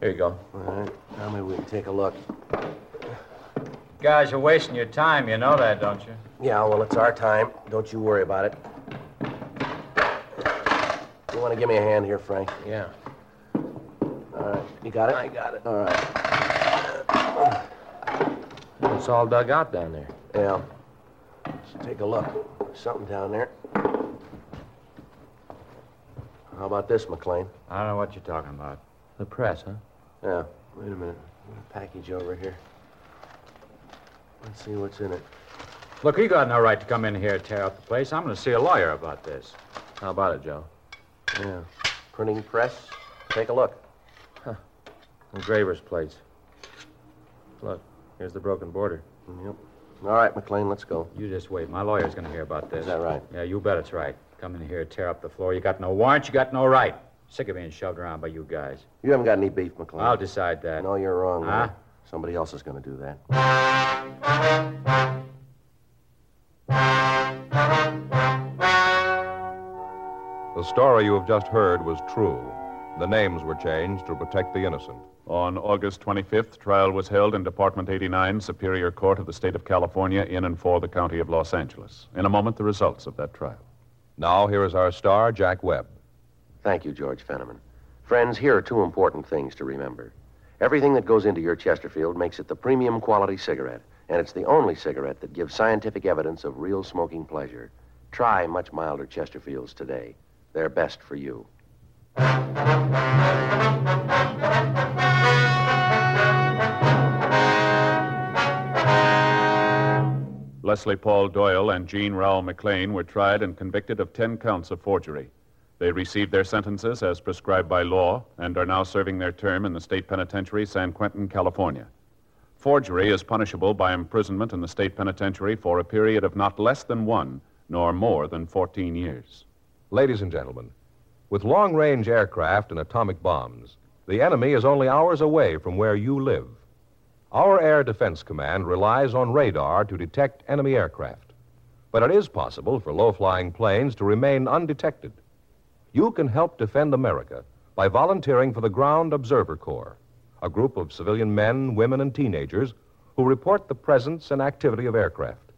Speaker 5: Here you go.
Speaker 4: All right. Now maybe we can take a look.
Speaker 10: You guys are wasting your time. You know that, don't you?
Speaker 4: Yeah, well, it's our time. Don't you worry about it. You want to give me a hand here, Frank?
Speaker 5: Yeah.
Speaker 4: All right. You got it?
Speaker 5: I got it.
Speaker 4: All right.
Speaker 5: It's all dug out down there.
Speaker 4: Yeah. Let's take a look. Something down there. How about this, McLean?
Speaker 10: I don't know what you're talking about.
Speaker 5: The press, huh?
Speaker 4: Yeah. Wait a minute. A package over here. Let's see what's in it.
Speaker 10: Look, you got no right to come in here and tear out the place. I'm going to see a lawyer about this.
Speaker 5: How about it, Joe?
Speaker 4: Yeah. Printing press. Take a look.
Speaker 5: Huh. Engraver's plates. Look, here's the broken border.
Speaker 4: Yep. All right, McLean, let's go.
Speaker 10: You just wait. My lawyer's going to hear about this.
Speaker 4: Is that right?
Speaker 10: Yeah, you bet it's right. Come in here, tear up the floor. You got no warrant. You got no right. Sick of being shoved around by you guys.
Speaker 4: You haven't got any beef, McLean.
Speaker 10: I'll decide that.
Speaker 4: No, you're wrong.
Speaker 10: Huh?
Speaker 4: Man. Somebody else is going to do that.
Speaker 3: The story you have just heard was true. The names were changed to protect the innocent.
Speaker 2: On August 25th, trial was held in Department 89, Superior Court of the State of California, in and for the County of Los Angeles. In a moment, the results of that trial.
Speaker 3: Now, here is our star, Jack Webb.
Speaker 4: Thank you, George Fenneman. Friends, here are two important things to remember. Everything that goes into your Chesterfield makes it the premium quality cigarette, and it's the only cigarette that gives scientific evidence of real smoking pleasure. Try much milder Chesterfields today. They're best for you.
Speaker 2: Leslie Paul Doyle and Jean Rowell McLean were tried and convicted of 10 counts of forgery. They received their sentences as prescribed by law and are now serving their term in the state penitentiary, San Quentin, California. Forgery is punishable by imprisonment in the state penitentiary for a period of not less than one nor more than 14 years.
Speaker 3: Ladies and gentlemen, with long range aircraft and atomic bombs, the enemy is only hours away from where you live. Our Air Defense Command relies on radar to detect enemy aircraft, but it is possible for low flying planes to remain undetected you can help defend America by volunteering for the Ground Observer Corps, a group of civilian men, women, and teenagers who report the presence and activity of aircraft.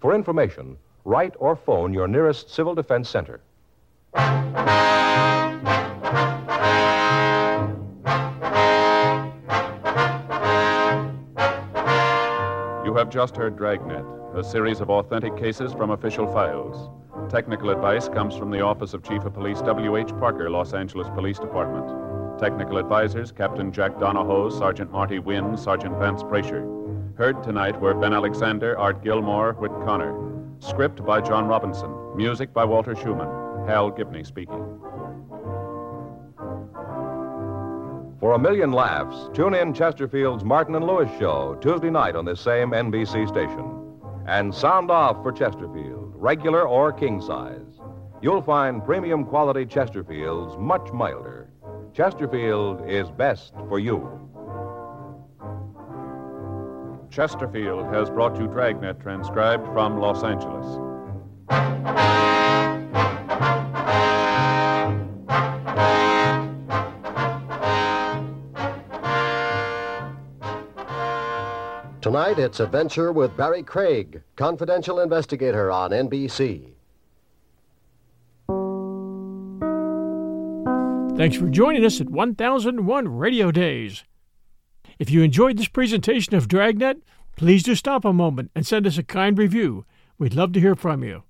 Speaker 3: For information, write or phone your nearest Civil Defense Center.
Speaker 2: You have just heard Dragnet, a series of authentic cases from official files. Technical advice comes from the Office of Chief of Police W.H. Parker, Los Angeles Police Department. Technical advisors Captain Jack Donahoe, Sergeant Marty Wynn, Sergeant Vance Brasher. Heard tonight were Ben Alexander, Art Gilmore, Whit Connor. Script by John Robinson. Music by Walter Schumann. Hal Gibney speaking.
Speaker 3: For a million laughs, tune in Chesterfield's Martin and Lewis show Tuesday night on this same NBC station. And sound off for Chesterfield regular or king size. You'll find premium quality Chesterfields much milder. Chesterfield is best for you.
Speaker 2: Chesterfield has brought you Dragnet transcribed from Los Angeles.
Speaker 12: Tonight, it's Adventure with Barry Craig, confidential investigator on NBC.
Speaker 1: Thanks for joining us at 1001 Radio Days. If you enjoyed this presentation of Dragnet, please do stop a moment and send us a kind review. We'd love to hear from you.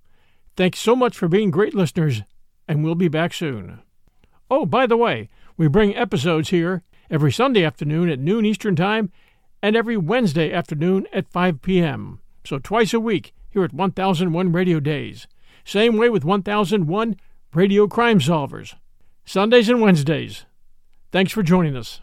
Speaker 1: Thanks so much for being great listeners, and we'll be back soon. Oh, by the way, we bring episodes here every Sunday afternoon at noon Eastern Time and every Wednesday afternoon at 5 p.m. So twice a week here at 1001 Radio Days. Same way with 1001 Radio Crime Solvers. Sundays and Wednesdays. Thanks for joining us.